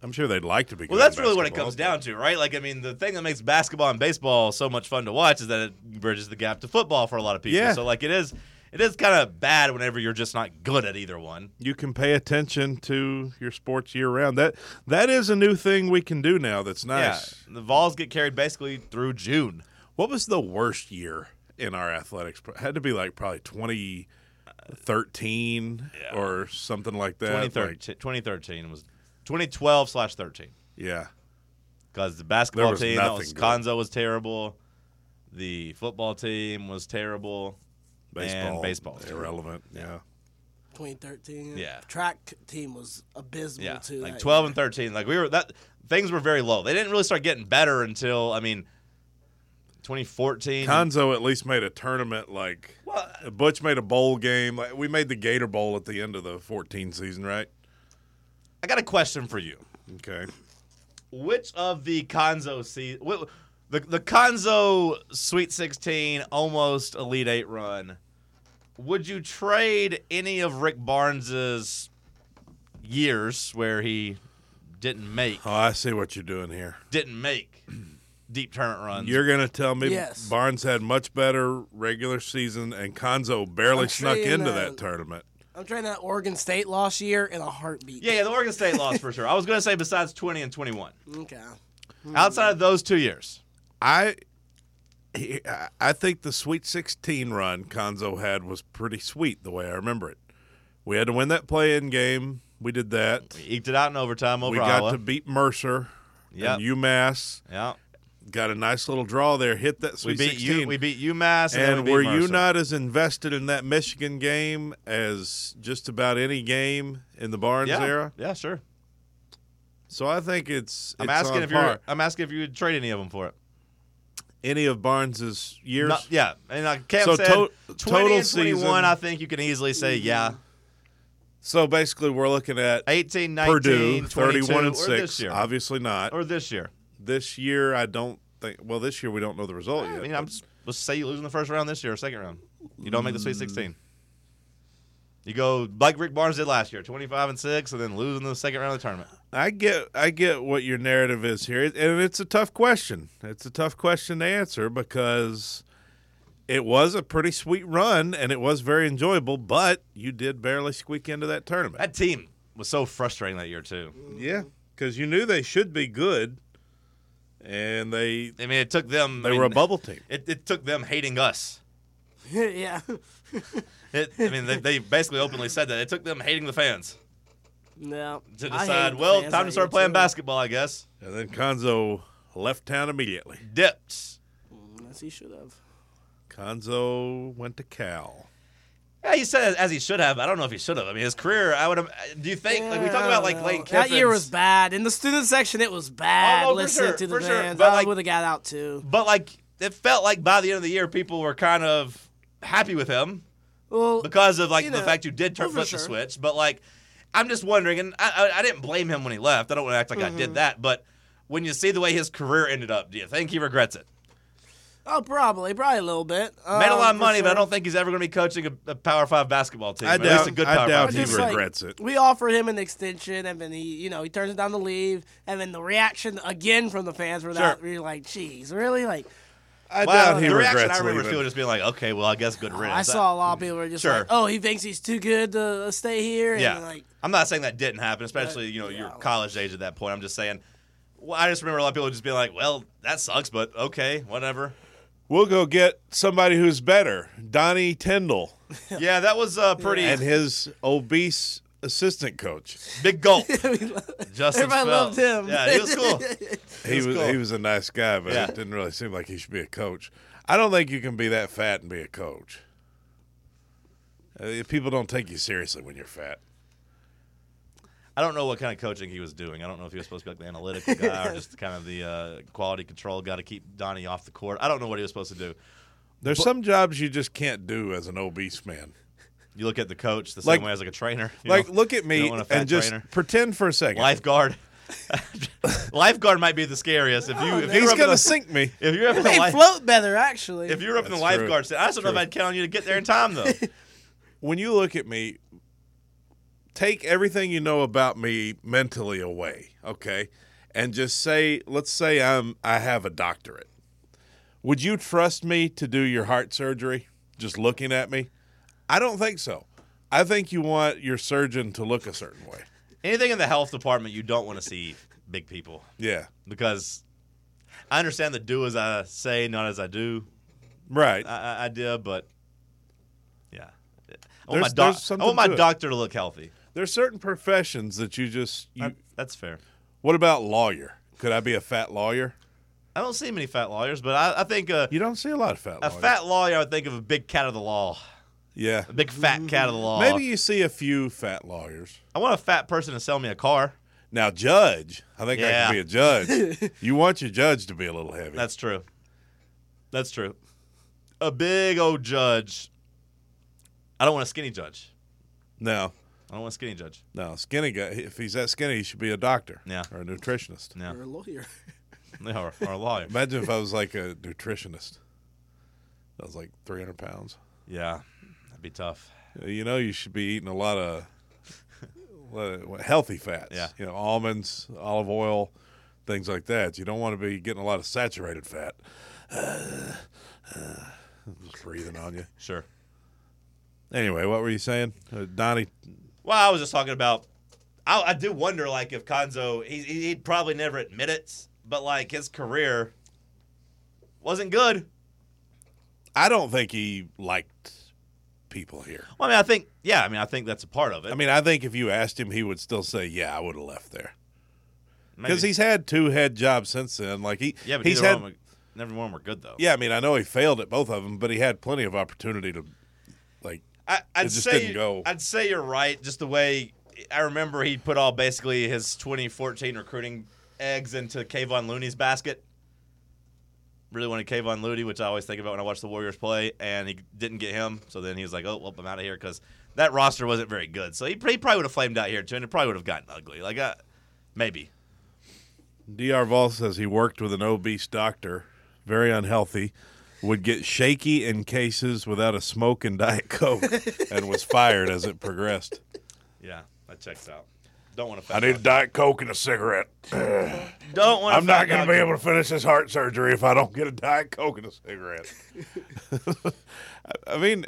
Speaker 7: I'm sure they'd like to be.
Speaker 1: Well,
Speaker 7: good at
Speaker 1: that's really what it
Speaker 7: basketball.
Speaker 1: comes down to, right? Like, I mean, the thing that makes basketball and baseball so much fun to watch is that it bridges the gap to football for a lot of people.
Speaker 7: Yeah.
Speaker 1: So, like, it is, it is kind of bad whenever you're just not good at either one.
Speaker 7: you can pay attention to your sports year round. That that is a new thing we can do now. That's nice.
Speaker 1: Yeah, the Vols get carried basically through June.
Speaker 7: What was the worst year in our athletics? It had to be like probably 2013 or something like that. Like,
Speaker 1: 2013, 2013 was 2012 slash 13
Speaker 7: yeah.
Speaker 1: because the
Speaker 7: There
Speaker 1: basketball
Speaker 7: was
Speaker 1: team, that
Speaker 7: nothing
Speaker 1: was,
Speaker 7: good.
Speaker 1: Konzo was terrible. The football team was terrible.
Speaker 7: Baseball.
Speaker 1: And baseball.
Speaker 7: Irrelevant. Yeah.
Speaker 2: 2013.
Speaker 1: Yeah.
Speaker 2: Track team was abysmal
Speaker 1: Yeah,
Speaker 2: too.
Speaker 1: like
Speaker 2: that
Speaker 1: twelve
Speaker 2: year.
Speaker 1: and thirteen. Like we were that things were very low. They didn't really start getting better until I mean, twenty fourteen.
Speaker 7: Conzo at least made a tournament like uh,
Speaker 1: well,
Speaker 7: Butch made a bowl game. Like we made the Gator Bowl at the end of the 14 season, right?
Speaker 1: I got a question for you.
Speaker 7: Okay.
Speaker 1: Which of the Conzo se- wh- the the Conzo Sweet Sixteen almost Elite Eight run? Would you trade any of Rick Barnes's years where he didn't make
Speaker 7: Oh, I see what you're doing here.
Speaker 1: didn't make deep tournament runs?
Speaker 7: You're gonna tell me
Speaker 2: Yes.
Speaker 7: Barnes had much better regular season, and Konzo barely
Speaker 2: I'm
Speaker 7: snuck
Speaker 2: saying
Speaker 7: into
Speaker 2: that-
Speaker 7: that tournament.
Speaker 2: I'm trying that Oregon State last year in a heartbeat.
Speaker 1: yeah, yeah, the Oregon State loss for sure. I was gonna say besides twenty and twenty one.
Speaker 2: Okay.
Speaker 1: Outside of those two years,
Speaker 7: I, he- I- I think the Sweet 16 run Konzo had was pretty sweet, the way I remember it. We had to win that play-in game. We did that.
Speaker 1: we eked it out in overtime over
Speaker 7: We
Speaker 1: Iowa.
Speaker 7: got to beat Mercer
Speaker 1: Yep.
Speaker 7: and UMass.
Speaker 1: yeah,
Speaker 7: Got a nice little draw there. Hit that
Speaker 1: we
Speaker 7: Sweet
Speaker 1: beat
Speaker 7: 16.
Speaker 1: you. We beat UMass, and, then
Speaker 7: and
Speaker 1: we beat
Speaker 7: were
Speaker 1: Mercer.
Speaker 7: you not as invested in that Michigan game as just about any game in the Barnes
Speaker 1: Yeah,
Speaker 7: era?
Speaker 1: yeah, sure.
Speaker 7: So I think it's.
Speaker 1: I'm
Speaker 7: it's
Speaker 1: asking
Speaker 7: on
Speaker 1: if
Speaker 7: par.
Speaker 1: you're. I'm asking if you would trade any of them for it.
Speaker 7: any of Barnes's years.
Speaker 1: Not- yeah, and like Cam
Speaker 7: So
Speaker 1: said,
Speaker 7: to-
Speaker 1: 20
Speaker 7: total
Speaker 1: and 21.
Speaker 7: season-
Speaker 1: I think you can easily say yeah.
Speaker 7: so basically, we're looking at
Speaker 1: 18, 19,
Speaker 7: Purdue
Speaker 1: 22,
Speaker 7: 31 and
Speaker 1: or
Speaker 7: 6.
Speaker 1: this year,
Speaker 7: Obviously not.
Speaker 1: or this year.
Speaker 7: this year, I don't think. Well, this year we don't know the result
Speaker 1: I
Speaker 7: yet.
Speaker 1: mean, I'm
Speaker 7: but
Speaker 1: just Let's say you lose in the first round this year or second round. You don't make the Sweet 16. You go like Rick Barnes did last year, 25 and 6, and then lose in the second round of the tournament.
Speaker 7: I get I get what your narrative is here, and it's a tough question. It's a tough question to answer because it was a pretty sweet run and it was very enjoyable, but you did barely squeak into that tournament.
Speaker 1: That team was so frustrating that year, too.
Speaker 7: yeah, because you knew they should be good, and they
Speaker 1: I mean, it took them.
Speaker 7: they
Speaker 1: I mean,
Speaker 7: were a bubble team.
Speaker 1: It, it took them hating us.
Speaker 2: yeah.
Speaker 1: It, I mean, they, they basically openly said that. It took them hating the fans
Speaker 2: No.
Speaker 1: to
Speaker 2: I
Speaker 1: decide,
Speaker 2: hated
Speaker 1: well,
Speaker 2: fans
Speaker 1: time
Speaker 2: that
Speaker 1: to start
Speaker 2: year,
Speaker 1: playing
Speaker 2: too.
Speaker 1: basketball, I guess.
Speaker 7: And then Konzo left town immediately.
Speaker 1: Dipped.
Speaker 2: Unless he should have.
Speaker 7: Konzo went to Cal.
Speaker 1: Yeah, he said as he should have. I don't know if he should have. I mean, his career. I would. have- Do you think? like we talked about, like
Speaker 2: Yeah,
Speaker 1: Lane
Speaker 2: That year was
Speaker 1: Kiffin's-
Speaker 2: bad. In the student section, it was bad.
Speaker 1: Oh, no, for
Speaker 2: listening
Speaker 1: sure,
Speaker 2: to the
Speaker 1: for sure.
Speaker 2: fans,
Speaker 1: But,
Speaker 2: I
Speaker 1: like-
Speaker 2: would have got out too.
Speaker 1: But like, it felt like by the end of the year, people were kind of happy with him
Speaker 2: Well,
Speaker 1: because of like
Speaker 2: You
Speaker 1: the
Speaker 2: know,
Speaker 1: fact you did turn
Speaker 2: oh, for
Speaker 1: flip
Speaker 2: sure.
Speaker 1: the switch. But like, I'm just wondering, and I, I, I didn't blame him when he left. I don't want to act like I did that, but when you see the way his career ended up, do you think he regrets it?
Speaker 2: oh, probably, probably a little bit.
Speaker 1: Made a
Speaker 2: Um,
Speaker 1: lot of
Speaker 2: for
Speaker 1: money, but I
Speaker 2: sure.
Speaker 1: don't think he's ever going to be coaching a, a Power Five basketball team.
Speaker 7: I
Speaker 1: at
Speaker 7: doubt-
Speaker 1: least a good
Speaker 7: I
Speaker 1: Power
Speaker 7: doubt
Speaker 1: Five.
Speaker 7: he
Speaker 1: team.
Speaker 2: It's
Speaker 7: re- regrets it.
Speaker 2: We offered him an extension, and then he, you know, he turns it down to leave, and then the reaction again from the fans were not really like, "Jeez, really?" Like
Speaker 7: I
Speaker 1: Wow,
Speaker 7: doubt he
Speaker 1: the reaction I
Speaker 7: regrets
Speaker 1: remember
Speaker 7: leaving. Oh,
Speaker 1: Phil just being like, "Okay, well, I guess good riddance."
Speaker 2: I saw a lot of people were just
Speaker 1: Sure.
Speaker 2: like, "Oh, he thinks he's too good to uh, stay here," and
Speaker 1: Yeah,
Speaker 2: like,
Speaker 1: I'm not saying that didn't happen, especially you know your college age at that point. I'm just saying, well, I just remember a lot of people just being like, "Well, that sucks, but okay, whatever."
Speaker 7: We'll go get somebody who's better, Donnie Tyndall,
Speaker 1: yeah, that was uh, pretty
Speaker 7: and his obese assistant coach.
Speaker 1: big gulp. Justin
Speaker 2: Everybody
Speaker 1: Feld.
Speaker 2: loved him.
Speaker 1: Yeah, he was cool.
Speaker 7: He was
Speaker 1: cool.
Speaker 7: he was a nice guy, but
Speaker 1: Yeah.
Speaker 7: it didn't really seem like he should be a coach. I don't think you can be that fat and be a coach. Uh, people don't take you seriously when you're fat.
Speaker 1: I don't know what kind of coaching he was doing. I don't know if he was supposed to be like the analytical guy or just kind of the uh, quality control guy to keep Donnie off the court. I don't know what he was supposed to do.
Speaker 7: There's some jobs you just can't do as an obese man.
Speaker 1: You look at the coach the
Speaker 7: Like-
Speaker 1: same way as like a trainer. you
Speaker 7: Like,
Speaker 1: know?
Speaker 7: look at
Speaker 1: You
Speaker 7: me
Speaker 1: don't want a fat
Speaker 7: and just
Speaker 1: trainer.
Speaker 7: pretend for a second.
Speaker 1: lifeguard. lifeguard might be the scariest. If you if
Speaker 7: He's
Speaker 1: you're up in
Speaker 7: gonna
Speaker 1: the,
Speaker 7: sink me.
Speaker 1: if you're up in the
Speaker 2: they
Speaker 1: life,
Speaker 2: float better actually.
Speaker 1: if you're up in the
Speaker 7: That's true.
Speaker 1: lifeguard stand, I just don't know if
Speaker 7: True.
Speaker 1: I'd count on you to get there in time though.
Speaker 7: When you look at me, take everything you know about me mentally away, okay? And just say, let's say I'm I have a doctorate. Would you trust me to do your heart surgery just looking at me? I don't think so. I think you want your surgeon to look a certain way.
Speaker 1: Anything in the health department, you don't want to see big people
Speaker 7: Yeah.
Speaker 1: because I understand the do as I say, not as I do
Speaker 7: Right.
Speaker 1: I, I, idea, but yeah, I want
Speaker 7: There's-
Speaker 1: my, doc-
Speaker 7: there's
Speaker 1: I
Speaker 7: something
Speaker 1: want my
Speaker 7: to it.
Speaker 1: doctor to look healthy.
Speaker 7: There's certain professions that you just you,
Speaker 1: That- that's fair.
Speaker 7: What about lawyer? Could I be a fat lawyer?
Speaker 1: I don't see many fat lawyers, but I, I think uh,
Speaker 7: You don't see a lot of fat
Speaker 1: a
Speaker 7: lawyers.
Speaker 1: fat lawyer, I would think of a big cat of the law,
Speaker 7: Yeah.
Speaker 1: a big fat cat of the law.
Speaker 7: Maybe you see a few fat lawyers.
Speaker 1: I want a fat person to sell me a car.
Speaker 7: Now, judge, I think I
Speaker 1: Yeah.
Speaker 7: could be a judge. you want your judge to be a little heavy.
Speaker 1: That's true. That's true. A big old judge. I don't want a skinny judge.
Speaker 7: no,
Speaker 1: I don't want a skinny judge.
Speaker 7: no, skinny guy. If he's that skinny, he should be a doctor.
Speaker 1: Yeah.
Speaker 7: or a nutritionist.
Speaker 1: No,
Speaker 2: You're a lawyer.
Speaker 1: or, or a lawyer.
Speaker 7: Imagine if I was like a nutritionist. I was like 300 pounds.
Speaker 1: Yeah, that'd be tough.
Speaker 7: You know, you should be eating a lot of, a lot of healthy fats.
Speaker 1: Yeah.
Speaker 7: you know, almonds, olive oil, things like that. You don't want to be getting a lot of saturated fat. just breathing on you.
Speaker 1: Sure.
Speaker 7: Anyway, what were you saying, uh, Donnie?
Speaker 1: Well, I was just talking about. I, I do wonder, like, if Konzo, he, he- he'd probably never admit it, but like his career wasn't good.
Speaker 7: I don't think he liked people here.
Speaker 1: Well, I mean, I think, yeah, I mean, I think that's a part of it.
Speaker 7: I mean, I think if you asked him, he would still say, "Yeah, I would have left there."
Speaker 1: Maybe-
Speaker 7: Because he's had two head jobs since then. Like he,
Speaker 1: yeah, but
Speaker 7: he's
Speaker 1: neither
Speaker 7: had.
Speaker 1: one were, never one were good though.
Speaker 7: yeah, I mean, I know he failed at both of them, but he had plenty of opportunity to, like,
Speaker 1: I, I'd
Speaker 7: just
Speaker 1: say
Speaker 7: didn't go.
Speaker 1: I'd say you're right. Just the way I remember, he put all basically his 2014 recruiting eggs into Kayvon Looney's basket. Really wanted Kayvon Looney, which I always think about when I watch the Warriors play, and he didn't get him. So then he was like, "Oh, well, I'm out of here" because that roster wasn't very good. So he, pr- he probably would have flamed out here too, and it probably would have gotten ugly. Like, uh, maybe.
Speaker 7: Dr. Vol says he worked with an obese doctor, very unhealthy. would get shaky in cases without a smoke and Diet Coke and was fired as it progressed.
Speaker 1: Yeah, that checks out. Don't want to.
Speaker 7: I need a Diet Coke and a cigarette.
Speaker 1: Don't want.
Speaker 7: I'm not going to be able to finish this heart surgery if I don't get a Diet Coke and a cigarette. I I mean,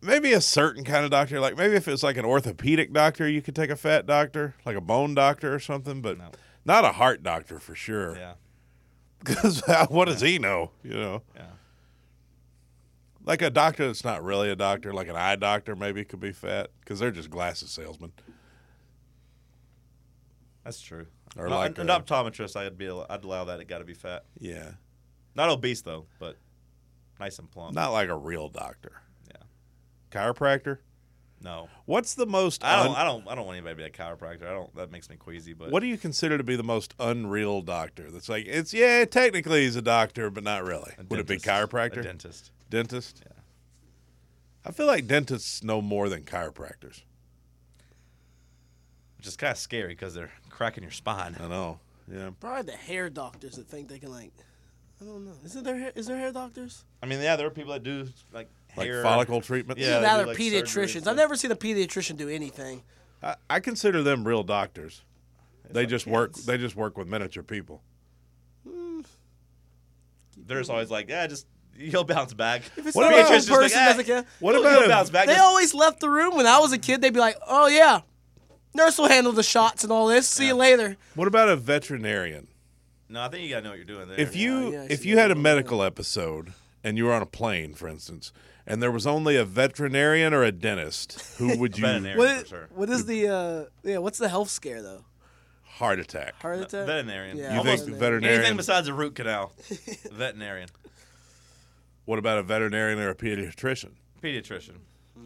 Speaker 7: maybe a certain kind of doctor, like maybe if it's like an orthopedic doctor, you could take a fat doctor, like a bone doctor or something, but
Speaker 1: No.
Speaker 7: not a heart doctor for sure.
Speaker 1: Yeah,
Speaker 7: Because what does he know? You know,
Speaker 1: yeah.
Speaker 7: like a doctor that's not really a doctor, like an eye doctor, maybe could be fat because they're just glasses salesmen.
Speaker 1: That's true.
Speaker 7: Or
Speaker 1: No,
Speaker 7: like
Speaker 1: an,
Speaker 7: a-
Speaker 1: an optometrist, I'd be. al- I'd allow that. It got to be fat.
Speaker 7: Yeah,
Speaker 1: Not obese though, but nice and plump.
Speaker 7: not like a real doctor.
Speaker 1: Yeah.
Speaker 7: Chiropractor.
Speaker 1: No,
Speaker 7: What's the most?
Speaker 1: I don't.
Speaker 7: un-
Speaker 1: I don't. I don't want anybody to be a chiropractor. I don't. That makes me queasy. But
Speaker 7: What do you consider to be the most unreal doctor? That's like it's yeah, technically he's a doctor, but not really.
Speaker 1: a
Speaker 7: Would it be
Speaker 1: dentist. A
Speaker 7: chiropractor?
Speaker 1: dentist.
Speaker 7: Dentist. Yeah. I feel like dentists know more than chiropractors.
Speaker 1: Which is kind of scary because they're cracking your spine.
Speaker 7: I know. Yeah.
Speaker 2: Probably the hair doctors that think they can like. I don't know. Isn't there hair- is there hair doctors?
Speaker 1: I mean, yeah, there are people that do like
Speaker 7: Like
Speaker 1: hair.
Speaker 7: follicle treatments.
Speaker 1: Yeah,
Speaker 2: Either
Speaker 1: they
Speaker 2: that
Speaker 1: do,
Speaker 2: or
Speaker 1: like, surgery and
Speaker 2: pediatricians.
Speaker 1: stuff.
Speaker 2: I've never seen a pediatrician do anything.
Speaker 7: I, I consider them real doctors. They just work. They just work with miniature people.
Speaker 1: There's always like, yeah, just he'll bounce back. If
Speaker 2: it's
Speaker 7: What
Speaker 2: not a
Speaker 7: about-
Speaker 2: person
Speaker 1: like, "Ah,
Speaker 2: doesn't care.
Speaker 7: What
Speaker 1: he'll-
Speaker 7: about
Speaker 1: he'll
Speaker 7: if-
Speaker 1: bounce back?
Speaker 2: They
Speaker 1: Just-
Speaker 2: always left the room when I was a kid. They'd be like, "Oh yeah, nurse will handle the shots and all this. See you later."
Speaker 7: What about a veterinarian?
Speaker 1: no, I think you gotta know what you're doing there.
Speaker 7: If you
Speaker 2: yeah, I
Speaker 7: if
Speaker 2: see
Speaker 7: you
Speaker 2: what
Speaker 7: had
Speaker 2: you're
Speaker 7: a
Speaker 2: doing.
Speaker 7: medical episode and you were on a plane, for instance, and there was only a veterinarian or a dentist, who would you?
Speaker 1: veterinarian
Speaker 2: What
Speaker 1: for
Speaker 2: is,
Speaker 1: sure.
Speaker 2: what is the uh, yeah? What's the health scare though?
Speaker 7: Heart attack.
Speaker 2: Heart attack.
Speaker 1: veterinarian.
Speaker 2: Yeah,
Speaker 1: You
Speaker 7: You
Speaker 2: almost
Speaker 7: think
Speaker 2: veterinarian.
Speaker 1: Anything
Speaker 7: veterinarian?
Speaker 1: besides a root canal, veterinarian,
Speaker 7: What about a veterinarian or a pediatrician?
Speaker 1: pediatrician.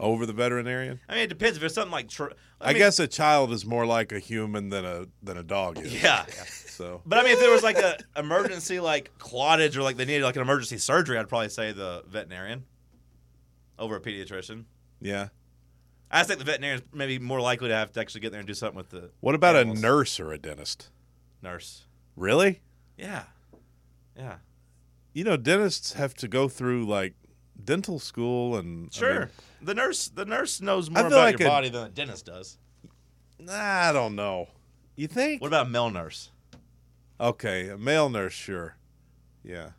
Speaker 7: Over the veterinarian?
Speaker 1: I mean, it depends if it's something like. Tr-
Speaker 7: I,
Speaker 1: Hmm. mean,
Speaker 7: guess a child is more like a human than a than a dog is.
Speaker 1: Yeah.
Speaker 7: So
Speaker 1: But I mean, if there was like a emergency, like clottage, or like they needed like an emergency surgery, I'd probably say the veterinarian over a pediatrician.
Speaker 7: yeah.
Speaker 1: I just think the veterinarian's maybe more likely to have to actually get there and do something with the
Speaker 7: What about
Speaker 1: animals.
Speaker 7: a nurse or a dentist?
Speaker 1: nurse.
Speaker 7: Really?
Speaker 1: Yeah, yeah,
Speaker 7: You know, dentists have to go through like dental school and I
Speaker 1: sure.
Speaker 7: mean,
Speaker 1: the nurse, the nurse knows more
Speaker 7: feel
Speaker 1: about
Speaker 7: like
Speaker 1: your
Speaker 7: a-
Speaker 1: body than the dentist does.
Speaker 7: nah, I don't know. You think?
Speaker 1: What about a male nurse?
Speaker 7: Okay, a male nurse, sure. Yeah.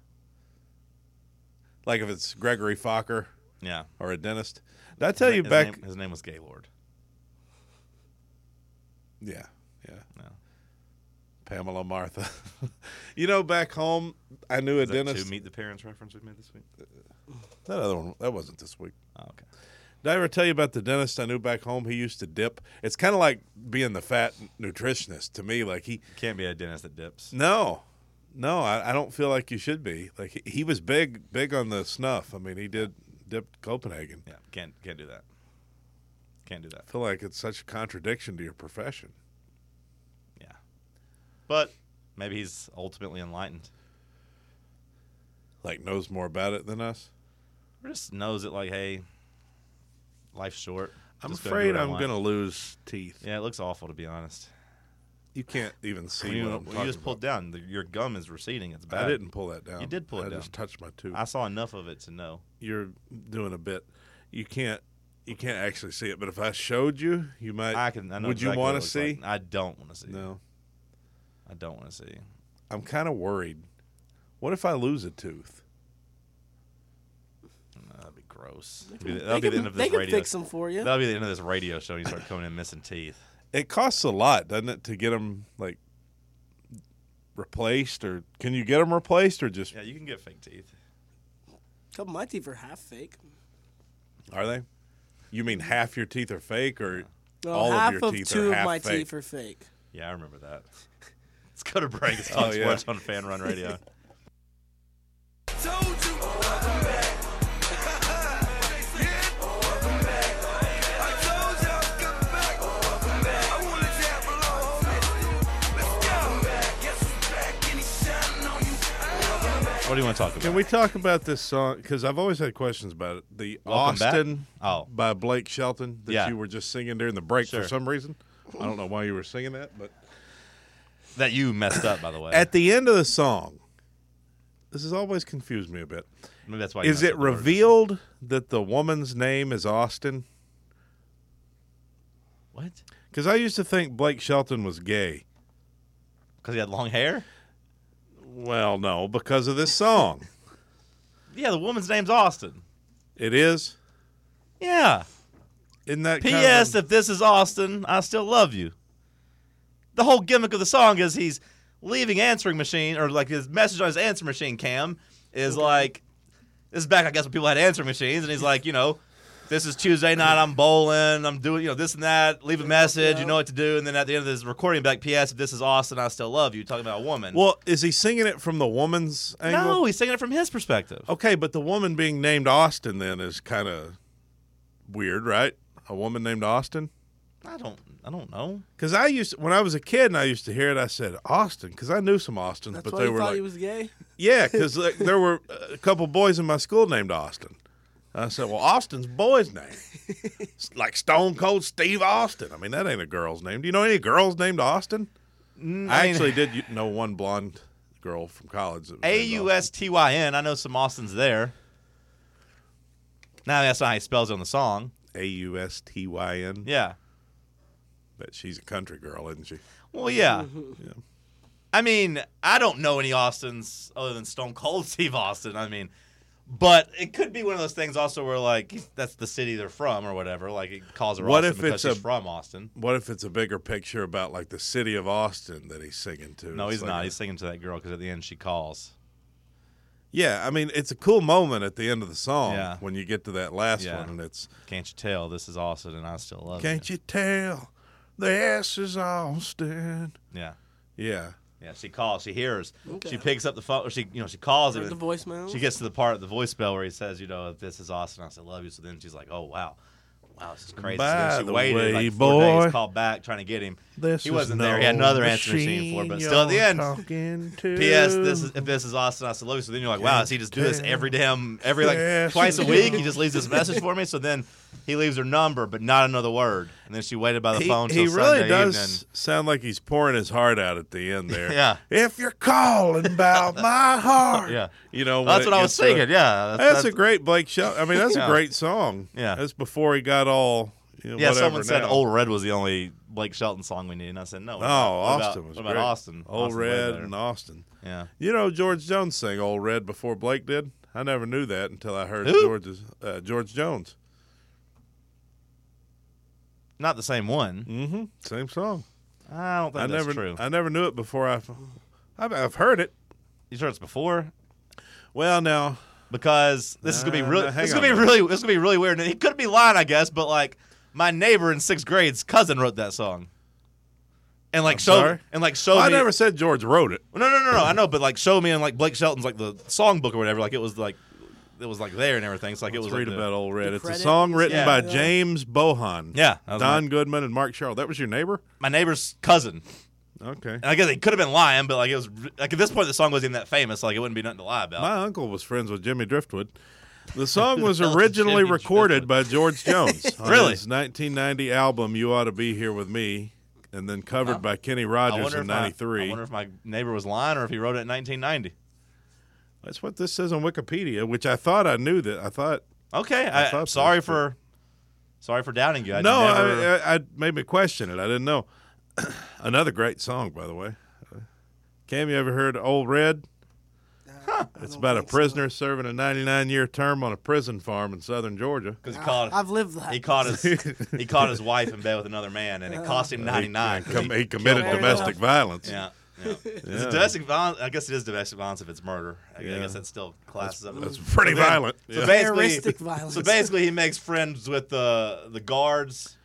Speaker 7: Like if it's Gregory Fokker
Speaker 1: Yeah,
Speaker 7: or a dentist. Did I tell
Speaker 1: His
Speaker 7: you
Speaker 1: na-
Speaker 7: back?
Speaker 1: His name, his name was Gaylord.
Speaker 7: Yeah, yeah.
Speaker 1: No.
Speaker 7: Pamela Martha. you know, back home, I knew a
Speaker 1: Is that
Speaker 7: dentist.
Speaker 1: to meet the parents reference we made this week?
Speaker 7: That other one, that wasn't this week.
Speaker 1: Oh, okay.
Speaker 7: Did I ever tell you about the dentist I knew back home? He used to dip. It's kind of like being the fat nutritionist to me. Like he,
Speaker 1: Can't be a dentist that dips.
Speaker 7: no, no, I, I don't feel like you should be. Like he, he was big, big on the snuff. I mean, he did dipped Copenhagen.
Speaker 1: Yeah, can't can't do that. Can't do that.
Speaker 7: I feel like it's such a contradiction to your profession.
Speaker 1: Yeah. But maybe he's ultimately enlightened.
Speaker 7: Like knows more about it than us.
Speaker 1: Or just knows it like, hey, life's short.
Speaker 7: I'm
Speaker 1: Just gonna do
Speaker 7: afraid
Speaker 1: what I
Speaker 7: I'm
Speaker 1: want.
Speaker 7: gonna lose teeth.
Speaker 1: Yeah, it looks awful to be honest.
Speaker 7: You can't even see
Speaker 1: When you,
Speaker 7: what
Speaker 1: when
Speaker 7: I'm
Speaker 1: you
Speaker 7: talking
Speaker 1: just pulled
Speaker 7: about.
Speaker 1: down. The, your gum is receding. It's bad.
Speaker 7: I didn't pull that down.
Speaker 1: You did pull it
Speaker 7: I
Speaker 1: down.
Speaker 7: just touched my tooth.
Speaker 1: I saw enough of it to know.
Speaker 7: You're doing a bit. You can't. You can't actually see it. But if I showed you, you might.
Speaker 1: I can. I know
Speaker 7: Would you
Speaker 1: exactly what
Speaker 7: wanna
Speaker 1: it looks like.
Speaker 7: see?
Speaker 1: I don't want to see.
Speaker 7: No.
Speaker 1: I don't want to see.
Speaker 7: I'm kind of worried. What if I lose a tooth?
Speaker 1: No, that'd be gross. That'll be,
Speaker 2: They
Speaker 1: the
Speaker 2: can-
Speaker 1: end of
Speaker 2: they
Speaker 1: this
Speaker 2: can
Speaker 1: radio.
Speaker 2: fix them for you.
Speaker 1: That'll be the end of this radio show. You start coming in missing teeth.
Speaker 7: It costs a lot, doesn't it, to get them like replaced? Or can you get them replaced? Or just
Speaker 1: Yeah, you can get fake teeth.
Speaker 2: Couple of my teeth are half fake.
Speaker 7: are they? You mean half your teeth are fake, or
Speaker 2: Well,
Speaker 7: all
Speaker 2: half
Speaker 7: of your teeth
Speaker 2: two
Speaker 7: are
Speaker 2: of
Speaker 7: half
Speaker 2: my
Speaker 7: fake?
Speaker 2: teeth are fake.
Speaker 1: Yeah, I remember that. Let's go to break. It's Talk
Speaker 7: Oh, yeah.
Speaker 1: Sports on Fan Run Radio. What do you want to talk about?
Speaker 7: Can we talk about this song? Because I've always had questions about it. The
Speaker 1: Welcome back?
Speaker 7: Austin
Speaker 1: Oh.
Speaker 7: by Blake Shelton that
Speaker 1: Yeah.
Speaker 7: you were just singing during the break
Speaker 1: Sure.
Speaker 7: for some reason. I don't know why you were singing that, but
Speaker 1: Uh. that you messed up, by the way.
Speaker 7: at the end of the song, this has always confused me a bit.
Speaker 1: Maybe that's why. you
Speaker 7: Is
Speaker 1: messed up
Speaker 7: it
Speaker 1: the word.
Speaker 7: revealed that the woman's name is Austin?
Speaker 1: What?
Speaker 7: Because I used to think Blake Shelton was gay.
Speaker 1: Because he had long hair.
Speaker 7: Well, no, because of this song.
Speaker 1: Yeah, the woman's name's Austin.
Speaker 7: it is.
Speaker 1: Yeah.
Speaker 7: Isn't that kind of-
Speaker 1: P.S. If this is Austin, I still love you. The whole gimmick of the song is he's leaving answering machine, or like his message on his answer machine cam is like, this is back, I guess, when people had answering machines, and he's like, you know, this is Tuesday night, I'm bowling, I'm doing, you know, this and that, leave a message, you know what to do, and then at the end of this recording, be like, P.S. If this is Austin, I still love you, talking about a woman.
Speaker 7: Well, is he singing it from the woman's angle?
Speaker 1: no, he's singing it from his perspective.
Speaker 7: Okay, but the woman being named Austin then is kind of weird, right? A woman named Austin?
Speaker 1: I don't, I don't know.
Speaker 7: Because I used when I was a kid and I used to hear it, I said Austin because I knew some Austins,
Speaker 2: That's
Speaker 7: but
Speaker 2: why
Speaker 7: they
Speaker 2: you
Speaker 7: were
Speaker 2: thought
Speaker 7: like,
Speaker 2: he was gay.
Speaker 7: yeah, because like, there were a couple boys in my school named Austin. I said, well, Austin's boy's name, It's like Stone Cold Steve Austin. I mean, that ain't a girl's name. Do you know any girls named Austin? I
Speaker 1: mean-
Speaker 7: actually did know one blonde girl from college. that was
Speaker 1: A
Speaker 7: named
Speaker 1: U
Speaker 7: Austin.
Speaker 1: S T Y N. I know some Austins there. Now that's not how he spells it on the song.
Speaker 7: A U S T Y N.
Speaker 1: Yeah.
Speaker 7: But she's a country girl, isn't she?
Speaker 1: Well, yeah. I mean, I don't know any Austins other than Stone Cold Steve Austin. I mean, but it could be one of those things also where like he's- that's the city they're from or whatever. Like it calls her
Speaker 7: What
Speaker 1: Austin
Speaker 7: if
Speaker 1: because
Speaker 7: it's
Speaker 1: she's
Speaker 7: a-
Speaker 1: from Austin.
Speaker 7: What if it's a bigger picture about like the city of Austin that he's singing to?
Speaker 1: No,
Speaker 7: It's
Speaker 1: he's
Speaker 7: like
Speaker 1: not.
Speaker 7: a-
Speaker 1: He's singing to that girl because at the end she calls.
Speaker 7: yeah, I mean, it's a cool moment at the end of the song
Speaker 1: Yeah.
Speaker 7: when you get to that last
Speaker 1: Yeah. Oh,
Speaker 7: one, and it's
Speaker 1: Can't you tell this is Austin and I still love
Speaker 7: "Can't you tell the ass is Austin?"
Speaker 1: you? Yeah.
Speaker 7: Yeah,
Speaker 1: Yeah, she calls. She hears.
Speaker 2: Okay.
Speaker 1: She picks up the phone. Or she, you know, she calls
Speaker 2: Heard
Speaker 1: him.
Speaker 2: the voicemail.
Speaker 1: She gets to the part of the voicemail where he says, you know, if this is Austin, I still love you. So then she's like, oh wow, wow, this is crazy. So then
Speaker 7: By
Speaker 1: she
Speaker 7: the
Speaker 1: waited
Speaker 7: way,
Speaker 1: like four
Speaker 7: boy,
Speaker 1: days, called back trying to get him.
Speaker 7: this
Speaker 1: he
Speaker 7: is
Speaker 1: wasn't there. He had
Speaker 7: no
Speaker 1: another answer machine for, it, but still at the
Speaker 7: you're
Speaker 1: end.
Speaker 7: Talking to
Speaker 1: P.S. This is if this is Austin, I still love you. So then you're like, wow, does he just do this every damn every like
Speaker 7: Yes.
Speaker 1: twice a week? He just leaves this message for me. So then he leaves her number, but not another word. And then she waited by the
Speaker 7: he,
Speaker 1: phone.
Speaker 7: he
Speaker 1: till
Speaker 7: really
Speaker 1: Sunday
Speaker 7: does
Speaker 1: Evening.
Speaker 7: sound like he's pouring his heart out at the end there.
Speaker 1: Yeah.
Speaker 7: If you're calling about my heart.
Speaker 1: Yeah.
Speaker 7: You know, when
Speaker 1: That's
Speaker 7: it
Speaker 1: what I was
Speaker 7: gets to-
Speaker 1: thinking. yeah,
Speaker 7: That's, a great Blake show. I mean, that's
Speaker 1: Yeah.
Speaker 7: a great song.
Speaker 1: Yeah.
Speaker 7: That's before he got all. You know,
Speaker 1: Yeah,
Speaker 7: whatever
Speaker 1: someone said
Speaker 7: now.
Speaker 1: Old Red was the only Blake Shelton song we need, and I said no.
Speaker 7: No,
Speaker 1: what about- what
Speaker 7: Austin
Speaker 1: about,
Speaker 7: was
Speaker 1: what about
Speaker 7: great.
Speaker 1: Austin.
Speaker 7: Old
Speaker 1: Austin way
Speaker 7: Red
Speaker 1: better.
Speaker 7: and Austin.
Speaker 1: yeah,
Speaker 7: You know, George Jones sang Old Red before Blake did. I never knew that until I heard
Speaker 1: Who?
Speaker 7: George's uh, George Jones.
Speaker 1: not the same one.
Speaker 7: Mm-hmm. Same song.
Speaker 1: I don't think
Speaker 7: I
Speaker 1: that's
Speaker 7: never.
Speaker 1: true.
Speaker 7: I never knew it before. I, I've, I've heard it.
Speaker 1: you sure it's before?
Speaker 7: Well, now
Speaker 1: Because this is gonna be
Speaker 7: Nah,
Speaker 1: really,
Speaker 7: nah, hang
Speaker 1: this is gonna
Speaker 7: on
Speaker 1: be
Speaker 7: now.
Speaker 1: really, this is gonna be really weird. And he could be lying, I guess, but like my neighbor in sixth grade's cousin wrote that song, and like show
Speaker 7: sorry? Oh,
Speaker 1: and like show
Speaker 7: I
Speaker 1: me.
Speaker 7: never said George wrote it.
Speaker 1: no, no, no, no. I know, but like show me and like Blake Shelton's like the songbook or whatever. Like it was like it was like there and everything. So like it
Speaker 7: Let's
Speaker 1: was
Speaker 7: read
Speaker 1: like the-
Speaker 7: about Old Red.
Speaker 2: the
Speaker 7: It's a
Speaker 2: credits.
Speaker 7: song written
Speaker 1: Yeah.
Speaker 7: by
Speaker 1: Yeah.
Speaker 7: James Bohan.
Speaker 1: Yeah, that was
Speaker 7: Don
Speaker 1: my-
Speaker 7: Goodman and Mark Sherrill. That was your neighbor.
Speaker 1: my neighbor's cousin.
Speaker 7: Okay.
Speaker 1: And I guess they could have been lying, but like it was like at this point the song wasn't even that famous, like it wouldn't be nothing to lie about.
Speaker 7: My uncle was friends with Jimmy Driftwood. The song was originally recorded by George Jones on
Speaker 1: Really?
Speaker 7: his 1990 album "You Ought to Be Here with Me," and then covered by Kenny Rogers in
Speaker 1: my-
Speaker 7: '93.
Speaker 1: I wonder if my neighbor was lying or if he wrote it in 1990.
Speaker 7: That's what this says on Wikipedia, which I thought I knew that. I thought
Speaker 1: Okay,
Speaker 7: I
Speaker 1: I,
Speaker 7: thought so,
Speaker 1: sorry
Speaker 7: but-
Speaker 1: for sorry for doubting you. I
Speaker 7: no,
Speaker 1: never,
Speaker 7: I, I, I made me question it. I didn't know. Another great song, by the way. Cam, you ever heard "Old Red"? It's about a prisoner serving a 99-year term on a prison farm in southern Georgia.
Speaker 1: because he called
Speaker 2: I've lived that. Uh-huh.
Speaker 1: he caught his he caught his wife in bed with another man, and it cost him 99. 'cause
Speaker 7: Com-
Speaker 1: he-
Speaker 7: he committed
Speaker 2: killed her.
Speaker 7: domestic violence.
Speaker 1: yeah. yeah. Is it domestic violence? I guess it is domestic violence if it's murder. I, I
Speaker 7: Yeah.
Speaker 1: guess that still classes up.
Speaker 7: It's pretty violent.
Speaker 1: So
Speaker 7: Yeah.
Speaker 1: basically,
Speaker 2: Terroristic violence.
Speaker 1: so basically, he makes friends with the the guards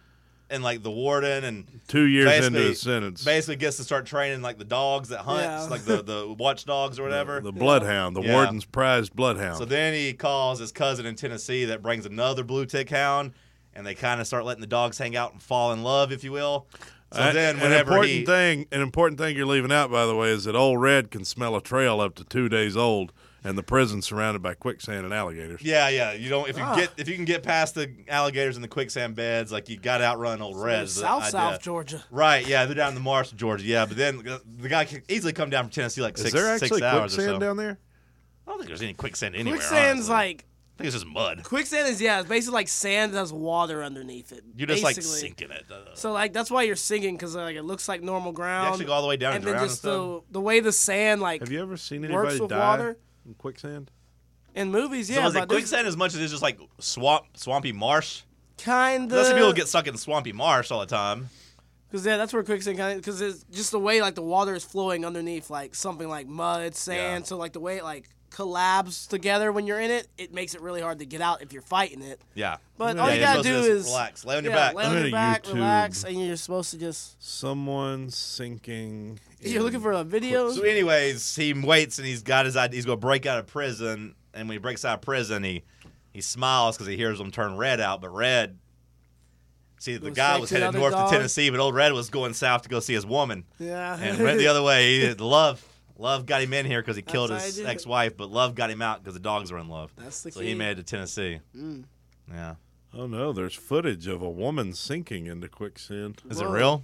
Speaker 1: and like the warden, and
Speaker 7: Two years into
Speaker 1: basically-
Speaker 7: his sentence,
Speaker 1: basically gets to start training like the dogs that hunt,
Speaker 2: Yeah.
Speaker 1: like the the watchdogs or whatever.
Speaker 7: the bloodhound, the
Speaker 1: Yeah.
Speaker 7: warden's prized bloodhound.
Speaker 1: so then he calls his cousin in Tennessee that brings another blue tick hound, and they kind of start letting the dogs hang out and fall in love, if you will. So
Speaker 7: Uh,
Speaker 1: then,
Speaker 7: an
Speaker 1: whenever
Speaker 7: important
Speaker 1: he
Speaker 7: thing, an important thing you're leaving out, by the way, is that old Red can smell a trail up to two days old, and the prison's surrounded by quicksand and alligators.
Speaker 1: yeah, yeah, you don't if you
Speaker 2: Ah.
Speaker 1: get if you can get past the alligators and the quicksand beds, like you got to outrun old Red. is the
Speaker 2: South
Speaker 1: idea.
Speaker 2: South Georgia.
Speaker 1: Right, yeah, they're down in the marsh of Georgia, yeah. But then the guy can easily come down from Tennessee like
Speaker 7: Is
Speaker 1: six,
Speaker 7: there
Speaker 1: six
Speaker 7: actually
Speaker 1: hours or
Speaker 7: quicksand
Speaker 1: so.
Speaker 7: down there?
Speaker 1: I don't think there's any quicksand anywhere.
Speaker 2: Quicksand's
Speaker 1: honestly.
Speaker 2: like
Speaker 1: I think it's just mud.
Speaker 2: quicksand is yeah, it's basically like sand that has water underneath it.
Speaker 1: You just like
Speaker 2: basically.
Speaker 1: sink in it. Uh,
Speaker 2: So like that's why you're sinking because like it looks like normal
Speaker 1: You
Speaker 2: ground.
Speaker 1: actually go all the way down and,
Speaker 2: and then
Speaker 1: drown
Speaker 2: just
Speaker 1: and stuff.
Speaker 2: the the way the sand like
Speaker 7: Have you ever seen
Speaker 2: Works
Speaker 7: anybody
Speaker 2: with
Speaker 7: die
Speaker 2: water?
Speaker 7: in quicksand?
Speaker 2: in movies,
Speaker 1: So
Speaker 2: yeah,
Speaker 1: is it
Speaker 2: but there's
Speaker 1: quicksand as much as it's just like swamp, swampy marsh?
Speaker 2: kinda.
Speaker 1: That's why people get stuck in swampy marsh all the time.
Speaker 2: Because yeah, that's where quicksand kind of because it's just the way like the water is flowing underneath like something like mud, sand.
Speaker 1: Yeah.
Speaker 2: So like the way it like collabs together when you're in it, it makes it really hard to get out if you're fighting it.
Speaker 1: Yeah.
Speaker 2: But
Speaker 7: Yeah,
Speaker 2: all you
Speaker 1: you're
Speaker 2: gotta
Speaker 1: supposed
Speaker 2: do
Speaker 1: to just
Speaker 2: is
Speaker 1: relax, lay on your
Speaker 2: yeah,
Speaker 1: back.
Speaker 2: lay on
Speaker 7: I'm
Speaker 2: your
Speaker 7: gonna
Speaker 2: back,
Speaker 7: YouTube.
Speaker 2: relax, and you're supposed to just.
Speaker 7: Someone sinking.
Speaker 2: You're looking for a video.
Speaker 1: So, anyways, he waits and he's got his idea. He's gonna break out of prison, and when he breaks out of prison, he he smiles because he hears them turn red out. But red, see, the
Speaker 2: Goes
Speaker 1: guy
Speaker 2: back
Speaker 1: was
Speaker 2: to the
Speaker 1: headed
Speaker 2: other
Speaker 1: north
Speaker 2: dog.
Speaker 1: to Tennessee, but old red was going south to go see his woman.
Speaker 2: Yeah.
Speaker 1: And red the other way, he, love love got him in here because he killed
Speaker 2: how
Speaker 1: his
Speaker 2: you do it.
Speaker 1: ex-wife, but love got him out because the dogs were in love.
Speaker 2: That's the
Speaker 1: so
Speaker 2: key.
Speaker 1: he made it to Tennessee. Yeah,
Speaker 7: Oh no, there's footage of a woman sinking into quicksand.
Speaker 1: is
Speaker 2: Whoa.
Speaker 1: it real?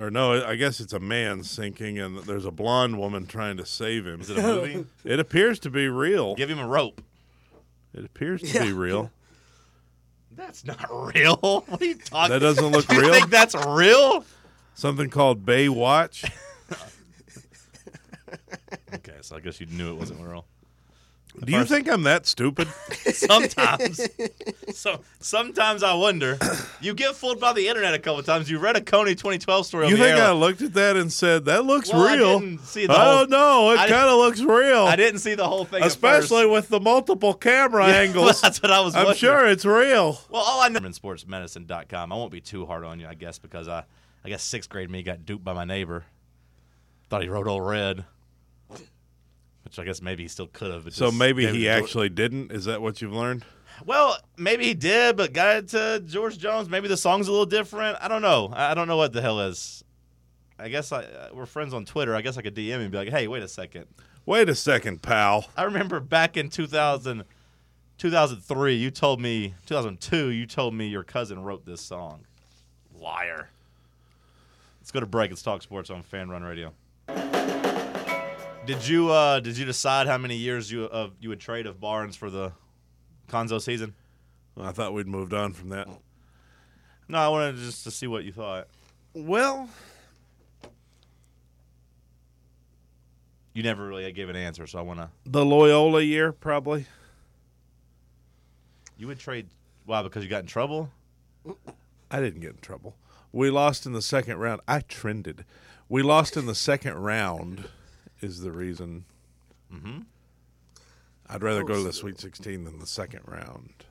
Speaker 7: Or no, I guess it's a man sinking and there's a blonde woman trying to save him.
Speaker 1: Is it a movie?
Speaker 7: It appears to be real.
Speaker 1: Give him a rope.
Speaker 7: It appears to
Speaker 2: Yeah.
Speaker 7: be real.
Speaker 1: That's not real. What are you talking?
Speaker 7: That doesn't look
Speaker 1: you
Speaker 7: real.
Speaker 1: think that's real?
Speaker 7: Something called Baywatch.
Speaker 1: Okay, so I guess you knew it wasn't real.
Speaker 7: Do you think I'm that stupid?
Speaker 1: Sometimes, so sometimes I wonder. You get fooled by the internet a couple times. You read a Coney 2012 story.
Speaker 7: You
Speaker 1: over
Speaker 7: think
Speaker 1: here,
Speaker 7: I
Speaker 1: like,
Speaker 7: looked at that and said that looks
Speaker 1: Well, I
Speaker 7: real?
Speaker 1: didn't see the
Speaker 7: I
Speaker 1: whole-
Speaker 7: don't know. It
Speaker 1: I didn't-
Speaker 7: kind of looks real.
Speaker 1: I didn't see the whole thing, at
Speaker 7: especially
Speaker 1: first.
Speaker 7: with the multiple camera
Speaker 1: Yeah,
Speaker 7: angles.
Speaker 1: that's what I was.
Speaker 7: I'm
Speaker 1: wondering.
Speaker 7: sure it's real.
Speaker 1: Well, all I know from sportsmedicine.com. I won't be too hard on you, I guess, because I, I guess sixth grade me got duped by my neighbor. Thought he wrote old red, which I guess maybe he still could have. but
Speaker 7: So
Speaker 1: just
Speaker 7: maybe
Speaker 1: gave it
Speaker 7: he
Speaker 1: to-
Speaker 7: actually didn't. Is that what you've learned?
Speaker 1: Well, maybe he did, but got it to George Jones. Maybe the song's a little different. I don't know. I I don't know what the hell is. I guess I uh, we're friends on Twitter. I guess I could DM him and be like, "Hey, wait a second.
Speaker 7: Wait a second, pal.
Speaker 1: I remember back in 2000, 2003, you told me 2002, you told me your cousin wrote this song. Liar. Let's go to break. Let's talk sports on Fan Run Radio. Did you uh, did you decide how many years you of you would trade of Barnes for the Conzo season?
Speaker 7: I thought we'd moved on from that.
Speaker 1: No, I wanted just to see what you thought.
Speaker 7: Well,
Speaker 1: You never really gave an answer, so I want to.
Speaker 7: the Loyola year probably.
Speaker 1: You would trade. Why? Because you got in trouble?
Speaker 7: I didn't get in trouble. We lost in the second round. I trended. We lost in the second round is the reason. Mm-hmm. I'd rather go to the Sweet 16 than the second round.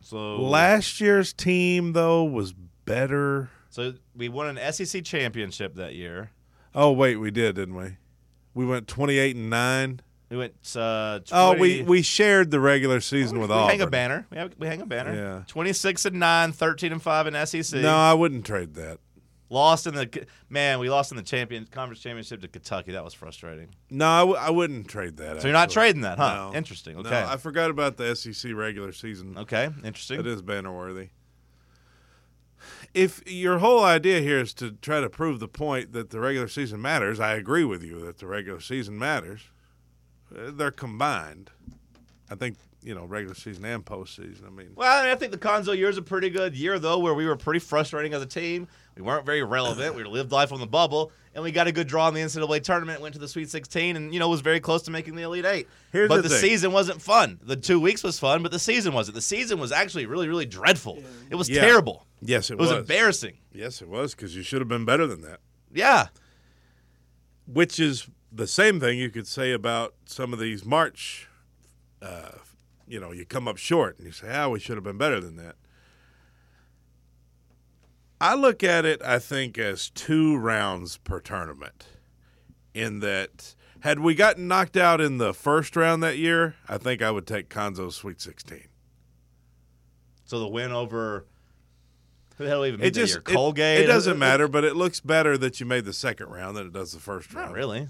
Speaker 1: So
Speaker 7: Last year's team, though, was better.
Speaker 1: So we won an SEC championship that year.
Speaker 7: Oh, wait, we did, didn't we? We went 28 and 9.
Speaker 1: We went. Uh, 20,
Speaker 7: Oh, we, we shared the regular season with
Speaker 1: we
Speaker 7: Auburn.
Speaker 1: hang a banner. We, have, we hang a banner.
Speaker 7: Yeah.
Speaker 1: Twenty six and 9, 13 and five in SEC.
Speaker 7: No, I wouldn't trade that.
Speaker 1: Lost in the man. We lost in the champion conference championship to Kentucky. That was frustrating.
Speaker 7: No, I, w- I wouldn't trade that.
Speaker 1: So you're not
Speaker 7: actually.
Speaker 1: trading that, huh?
Speaker 7: No.
Speaker 1: Interesting.
Speaker 7: No,
Speaker 1: Okay.
Speaker 7: I forgot about the SEC regular season.
Speaker 1: okay. Interesting.
Speaker 7: It is banner worthy. If your whole idea here is to try to prove the point that the regular season matters, I agree with you that the regular season matters. Uh, They're combined. I think, you know, regular season and postseason. I mean,
Speaker 1: Well, I, mean, I think the Conzo year is a pretty good year, though, where we were pretty frustrating as a team. We weren't very relevant. We lived life on the bubble, and we got a good draw in the NCAA tournament, went to the Sweet 16, and, you know, was very close to making the Elite Eight.
Speaker 7: Here's
Speaker 1: but
Speaker 7: the
Speaker 1: the,
Speaker 7: thing.
Speaker 1: season wasn't fun. The two weeks was fun, but the season wasn't. The season was actually really, really dreadful. It was
Speaker 7: Yeah.
Speaker 1: terrible.
Speaker 7: yes,
Speaker 1: It was, embarrassing.
Speaker 7: Yes, it was because you should have been better than that.
Speaker 1: Yeah.
Speaker 7: which is the same thing you could say about some of these March. Uh, you know, you come up short and you say, "Ah, we should have been better than that." I look at it, I think, as two rounds per tournament. In that, had we gotten knocked out in the first round that year, I think I would take Konzo's Sweet Sixteen.
Speaker 1: So the win over. Who the hell even
Speaker 7: It
Speaker 1: made that
Speaker 7: just
Speaker 1: year?
Speaker 7: it-
Speaker 1: Colgate?
Speaker 7: It, doesn't matter, but it looks better that you made the second round than it does the first round.
Speaker 1: Not really.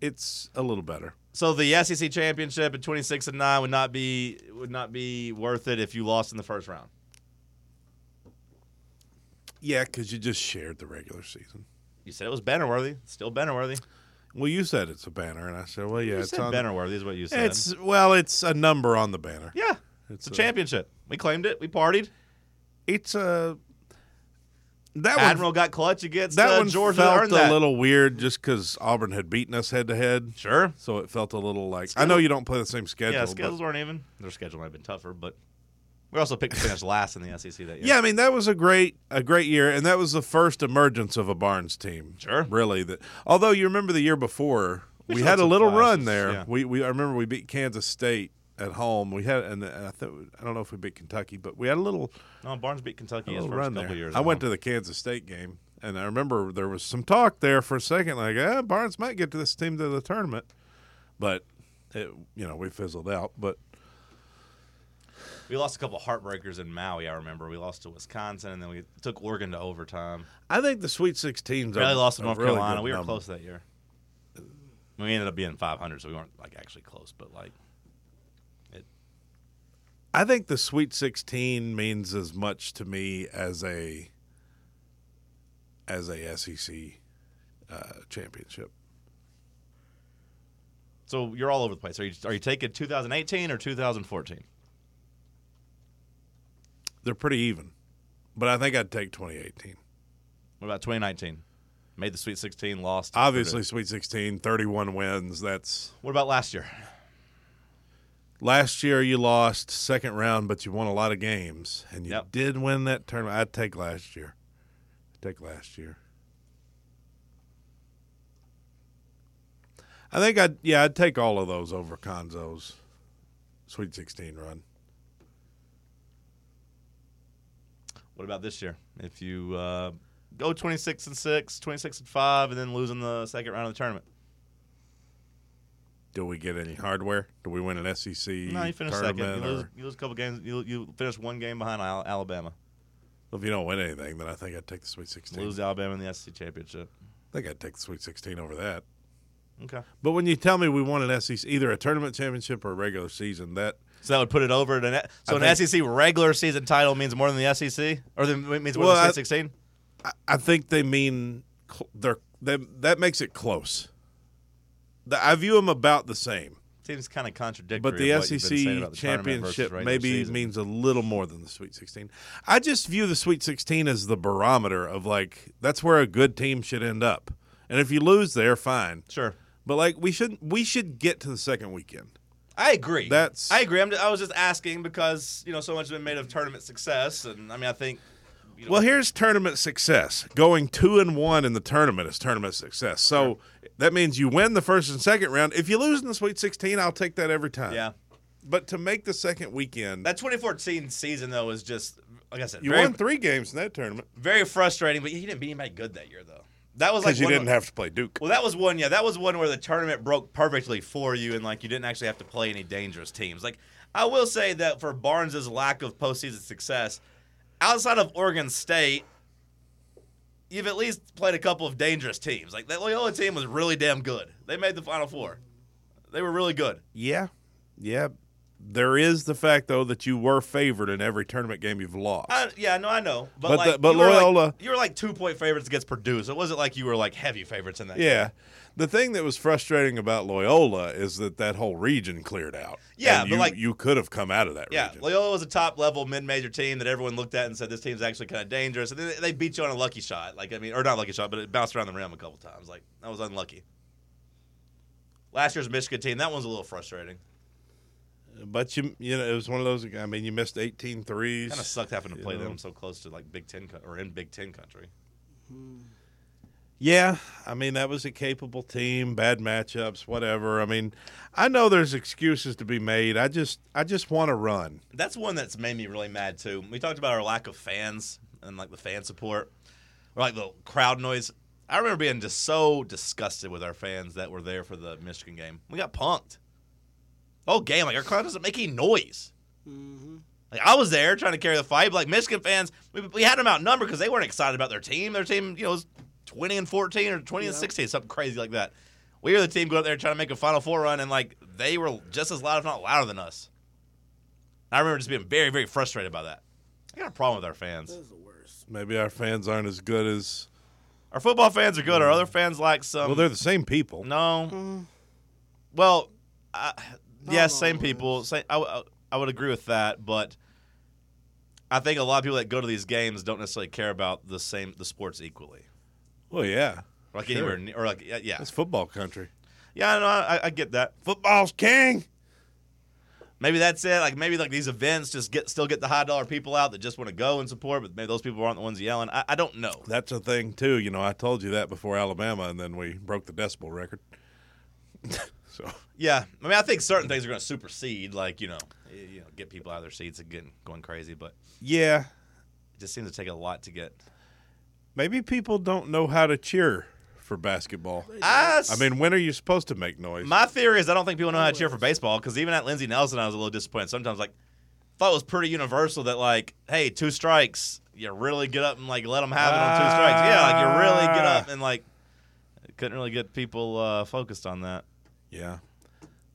Speaker 7: It's a little better.
Speaker 1: So the SEC championship at 26 and 9 would not be would not be worth it if you lost in the first round.
Speaker 7: Yeah, because you just shared the regular season.
Speaker 1: You said it was Bannerworthy. It's Still Bannerworthy.
Speaker 7: Well, you said it's a banner, and I said, well, yeah,
Speaker 1: You
Speaker 7: it's
Speaker 1: said
Speaker 7: on.
Speaker 1: Bannerworthy is what you said.
Speaker 7: It's well, it's a number on the banner.
Speaker 1: yeah, it's a championship. We claimed it. We partied.
Speaker 7: It's a that one.
Speaker 1: Admiral got clutch against
Speaker 7: that
Speaker 1: uh,
Speaker 7: one
Speaker 1: George.
Speaker 7: felt
Speaker 1: earned
Speaker 7: a
Speaker 1: that.
Speaker 7: little weird just because Auburn had beaten us head to head.
Speaker 1: Sure.
Speaker 7: So it felt a little like I know you don't play the same schedule.
Speaker 1: Yeah,
Speaker 7: but-
Speaker 1: schedules weren't even. Their schedule might have been tougher, but we also picked to finish last in the SEC that year.
Speaker 7: Yeah, I mean that was a great a great year, and that was the first emergence of a Barnes team.
Speaker 1: Sure.
Speaker 7: really. That although you remember the year before, we,
Speaker 1: still
Speaker 7: had
Speaker 1: had
Speaker 7: a
Speaker 1: some
Speaker 7: little
Speaker 1: flashes,
Speaker 7: run there.
Speaker 1: yeah.
Speaker 7: We we I remember we beat Kansas State at home. We had and I thought I don't know if we beat Kentucky, but we had a little
Speaker 1: No, Barnes beat Kentucky
Speaker 7: a
Speaker 1: his
Speaker 7: little
Speaker 1: first
Speaker 7: run
Speaker 1: couple
Speaker 7: there.
Speaker 1: years.
Speaker 7: I went to the Kansas State game, and I remember there was some talk there for a second, like ah, Barnes might get to this team to the tournament, but it, you know we fizzled out. But
Speaker 1: We lost a couple heartbreakers in Maui. I remember we lost to Wisconsin, and then we took Oregon to overtime.
Speaker 7: I think the Sweet Sixteens
Speaker 1: Barely
Speaker 7: are
Speaker 1: lost to
Speaker 7: a
Speaker 1: North
Speaker 7: really
Speaker 1: Carolina.
Speaker 7: good
Speaker 1: We were
Speaker 7: number.
Speaker 1: close that year. We ended up being 500, so we weren't like actually close, but like it.
Speaker 7: I think the Sweet 16 means as much to me as a as a SEC uh, championship.
Speaker 1: So you're all over the place. Are you are you taking 2018 or 2014?
Speaker 7: They're pretty even, but I think I'd take 2018.
Speaker 1: What about 2019? Made the Sweet 16, lost. to
Speaker 7: Obviously,
Speaker 1: Purdue.
Speaker 7: Sweet 16, 31 wins. That's
Speaker 1: What about last year?
Speaker 7: last year you lost second round, but you won a lot of games, and you
Speaker 1: Yep.
Speaker 7: did win that tournament. I'd take last year. I'd take last year. I think I'd yeah I'd take all of those over Conzo's Sweet Sixteen run.
Speaker 1: What about this year? If you uh, go 26 and 6, 26 and 5, and then losing the second round of the tournament.
Speaker 7: Do we get any hardware? Do we win an SEC
Speaker 1: No, you finish second. You
Speaker 7: tournament?
Speaker 1: lose,
Speaker 7: or-
Speaker 1: you lose a couple games. You, you finish one game behind Al- Alabama.
Speaker 7: if you don't win anything, then I think I'd take the Sweet Sixteen.
Speaker 1: Lose to Alabama in the SEC championship.
Speaker 7: I think I'd take the Sweet Sixteen over that.
Speaker 1: Okay.
Speaker 7: But when you tell me we won an SEC either a tournament championship or a regular season, that
Speaker 1: So that would put it over. To an, so
Speaker 7: I
Speaker 1: an
Speaker 7: think-
Speaker 1: SEC regular season title means more than the SEC, or than, means more
Speaker 7: Well,
Speaker 1: than
Speaker 7: I-
Speaker 1: the Sweet 16.
Speaker 7: I think they mean cl- they're they, that makes it close. The, I view them about the same,
Speaker 1: Seems kind of contradictory.
Speaker 7: but
Speaker 1: of
Speaker 7: the
Speaker 1: what you've been saying
Speaker 7: SEC
Speaker 1: about the tournament versus
Speaker 7: championship
Speaker 1: regular
Speaker 7: maybe
Speaker 1: season.
Speaker 7: means a little more than the Sweet 16. I just view the Sweet 16 as the barometer of like that's where a good team should end up. And if you lose there, fine.
Speaker 1: Sure.
Speaker 7: But like we should we should get to the second weekend.
Speaker 1: I agree.
Speaker 7: That's-
Speaker 1: I agree. I'm just, I was just asking because you know so much has been made of tournament success, and I mean I think. You know,
Speaker 7: Well, here's tournament success. Going two and one in the tournament is tournament success. So that means you win the first and second round. If you lose in the Sweet 16, I'll take that every time.
Speaker 1: yeah.
Speaker 7: But to make the second weekend,
Speaker 1: That 2014 season though was just like I said,
Speaker 7: you
Speaker 1: very,
Speaker 7: won three games in that tournament
Speaker 1: very frustrating. But he didn't beat anybody good that year though. That was like
Speaker 7: because you
Speaker 1: one-
Speaker 7: didn't have to play Duke.
Speaker 1: Well, that was one. Yeah, that was one where the tournament broke perfectly for you, and like you didn't actually have to play any dangerous teams. Like I will say that for Barnes's lack of postseason success, outside of Oregon State, you've at least played a couple of dangerous teams. Like that Loyola team was really damn good. They made the Final Four. They were really good.
Speaker 7: Yeah, yeah. There is the fact though that you were favored in every tournament game you've lost.
Speaker 1: I, yeah, no, I know, but,
Speaker 7: But
Speaker 1: like,
Speaker 7: the- but
Speaker 1: you were, like-
Speaker 7: Loyola-
Speaker 1: you were like two point favorites against Purdue, so it wasn't like you were like heavy favorites in that. game.
Speaker 7: yeah. The thing that was frustrating about Loyola is that that whole region cleared out.
Speaker 1: Yeah,
Speaker 7: And
Speaker 1: but
Speaker 7: you,
Speaker 1: like-
Speaker 7: you could have come out of that
Speaker 1: Yeah,
Speaker 7: region.
Speaker 1: Loyola was a top level mid major team that everyone looked at and said this team's actually kind of dangerous. And then they beat you on a lucky shot, like I mean, or not lucky shot, but it bounced around the rim a couple times. Like that was unlucky. Last year's Michigan team, that one's a little frustrating.
Speaker 7: But you, you know, it was one of those. I mean, you missed 18 threes.
Speaker 1: Kind of sucked having to
Speaker 7: You
Speaker 1: play
Speaker 7: know.
Speaker 1: them so close to like Big Ten co- or in Big Ten country.
Speaker 7: Yeah, I mean, that was a capable team. Bad matchups, whatever. I mean, I know there's excuses to be made. I just, I just want to run.
Speaker 1: That's one that's made me really mad too. We talked about our lack of fans and like the fan support or like the crowd noise. I remember being just so disgusted with our fans that were there for the Michigan game. We got punked. Oh, game like our crowd doesn't make any noise. Like I was there trying to carry the fight. But like Michigan fans, we, we had them outnumbered because they weren't excited about their team. Their team, you know, was twenty and fourteen or twenty and sixteen, something crazy like that. We were the team going up there trying to make a Final Four run, and like they were just as loud, if not louder, than us. I remember just being very, very frustrated by that. I got a problem with our fans.
Speaker 2: the worst.
Speaker 7: Maybe our fans aren't as good as
Speaker 1: Our football fans are good. Our other fans like some.
Speaker 7: Well, they're the same people.
Speaker 1: No. Well, I, yes, same people. Same, I, w- I would agree with that, but I think a lot of people that go to these games don't necessarily care about the same the sports equally.
Speaker 7: Well, yeah.
Speaker 1: Like
Speaker 7: Sure.
Speaker 1: anywhere, ne- or like yeah, yeah,
Speaker 7: That's football country.
Speaker 1: yeah. I know, I, I get that.
Speaker 7: Football's king.
Speaker 1: Maybe that's it. Like maybe like these events just get still get the high dollar people out that just want to go and support, but maybe those people aren't the ones yelling. I, I don't know.
Speaker 7: That's a thing too. You know, I told you that before Alabama, and then we broke the decibel record. so
Speaker 1: Yeah, I mean, I think certain things are going to supersede, like you know, y- you know, get people out of their seats and getting going crazy. But
Speaker 7: yeah,
Speaker 1: it just seems to take a lot to get.
Speaker 7: maybe people don't know how to cheer for basketball.
Speaker 1: I, s-
Speaker 7: I mean, when are you supposed to make noise?
Speaker 1: my theory is I don't think people know how to cheer for baseball because even at Lindsey Nelson, I was a little disappointed sometimes. Like, thought it was pretty universal that like, hey, two strikes, you really get up and like let them have it on two strikes. Yeah, like you really get up and like couldn't really get people uh, focused on that.
Speaker 7: yeah,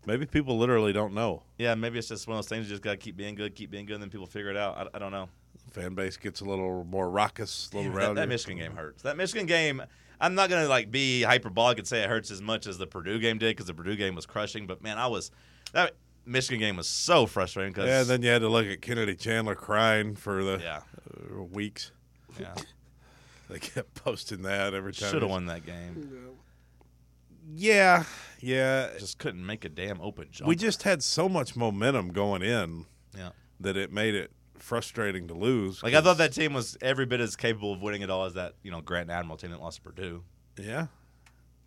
Speaker 7: maybe people literally don't know.
Speaker 1: Yeah, maybe it's just one of those things you just got to keep being good, keep being good, and then people figure it out. I, I don't know.
Speaker 7: Fan base gets a little more raucous, a little
Speaker 1: That,
Speaker 7: rowdier.
Speaker 1: that Michigan game hurts. That Michigan game, I'm not gonna like be hyperbolic and say it hurts as much as the Purdue game did because the Purdue game was crushing. But man, I was that Michigan game was so frustrating because
Speaker 7: Yeah, and then you had to look at Kennedy Chandler crying for the
Speaker 1: Yeah.
Speaker 7: uh, weeks. They kept posting that every time.
Speaker 1: should have
Speaker 7: he's-
Speaker 1: won that game.
Speaker 7: Yeah, yeah.
Speaker 1: Just couldn't make a damn open jump.
Speaker 7: We just had so much momentum going in
Speaker 1: yeah.
Speaker 7: that it made it frustrating to lose.
Speaker 1: Like I thought that team was every bit as capable of winning it all as that you know Grant and Admiral team that lost to Purdue.
Speaker 7: Yeah.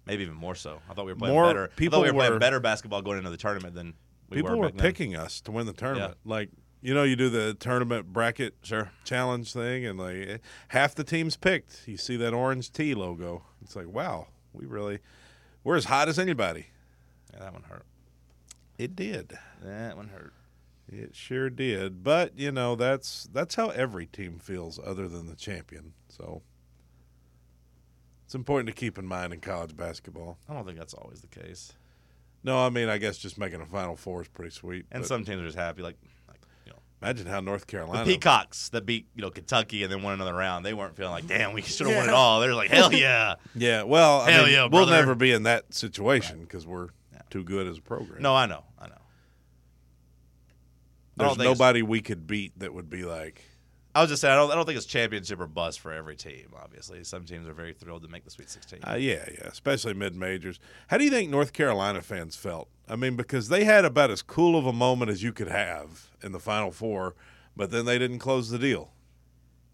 Speaker 1: Maybe even more so. I thought we were playing
Speaker 7: More
Speaker 1: better.
Speaker 7: people
Speaker 1: I thought we were,
Speaker 7: were-
Speaker 1: playing better basketball going into the tournament than we
Speaker 7: People
Speaker 1: were,
Speaker 7: were
Speaker 1: back then.
Speaker 7: picking us to win the tournament. Like, you know, you do the tournament bracket
Speaker 1: Sure.
Speaker 7: challenge thing, and like eh, half the team's picked. You see that orange T logo. It's like, wow, we really, we're as hot as anybody.
Speaker 1: Yeah, that one hurt.
Speaker 7: It did.
Speaker 1: That one hurt.
Speaker 7: It sure did. But you know, that's that's how every team feels, other than the champion. So it's important to keep in mind in college basketball.
Speaker 1: I don't think that's always the case.
Speaker 7: No, I mean, I guess just making a Final Four is pretty sweet.
Speaker 1: And
Speaker 7: but
Speaker 1: some teams are just happy, like, like you know,
Speaker 7: imagine how North
Speaker 1: the
Speaker 7: Carolina.
Speaker 1: Peacocks that beat you know Kentucky and then won another round. They weren't feeling like, damn, we should have won it all. They're like, hell yeah.
Speaker 7: Yeah, well, I
Speaker 1: Hell
Speaker 7: mean,
Speaker 1: yeah,
Speaker 7: we'll
Speaker 1: brother.
Speaker 7: never be in that situation because we're too good as a program.
Speaker 1: no, I know, I know. I
Speaker 7: there's
Speaker 1: don't think it's-
Speaker 7: nobody we could beat that would be like.
Speaker 1: I was just saying, I don't, I don't think it's championship or bust for every team. Obviously, some teams are very thrilled to make the Sweet Sixteen.
Speaker 7: Uh, yeah, yeah, especially mid majors. How do you think North Carolina fans felt? I mean, because they had about as cool of a moment as you could have in the Final Four, but then they didn't close the deal.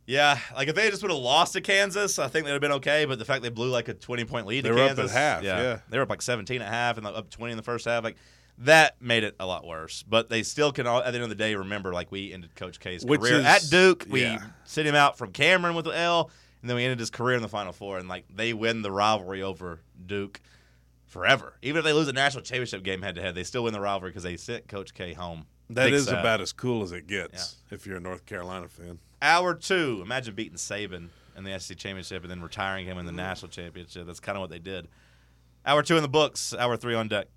Speaker 1: yeah, like if they just would have lost to Kansas, I think they'd have been okay. But the fact they blew like a twenty point lead
Speaker 7: They
Speaker 1: to
Speaker 7: were up at
Speaker 1: Kansas,
Speaker 7: half, yeah.
Speaker 1: they were up like seventeen at half and like, up twenty in the first half, like. That made it a lot worse, but they still can. All, at the end of the day, remember like we ended Coach K's
Speaker 7: Which
Speaker 1: career
Speaker 7: is-
Speaker 1: at Duke. We
Speaker 7: yeah.
Speaker 1: sent him out from Cameron with the L, and then we ended his career in the Final Four. And like they win the rivalry over Duke forever. Even if they lose a national championship game head to head, they still win the rivalry because they sent Coach K home.
Speaker 7: That
Speaker 1: Big
Speaker 7: is
Speaker 1: sad.
Speaker 7: about as cool as it gets if you're a North Carolina fan.
Speaker 1: hour two. Imagine beating Saban in the SEC championship and then retiring him in the national championship. That's kind of what they did. Hour two in the books. Hour three on deck.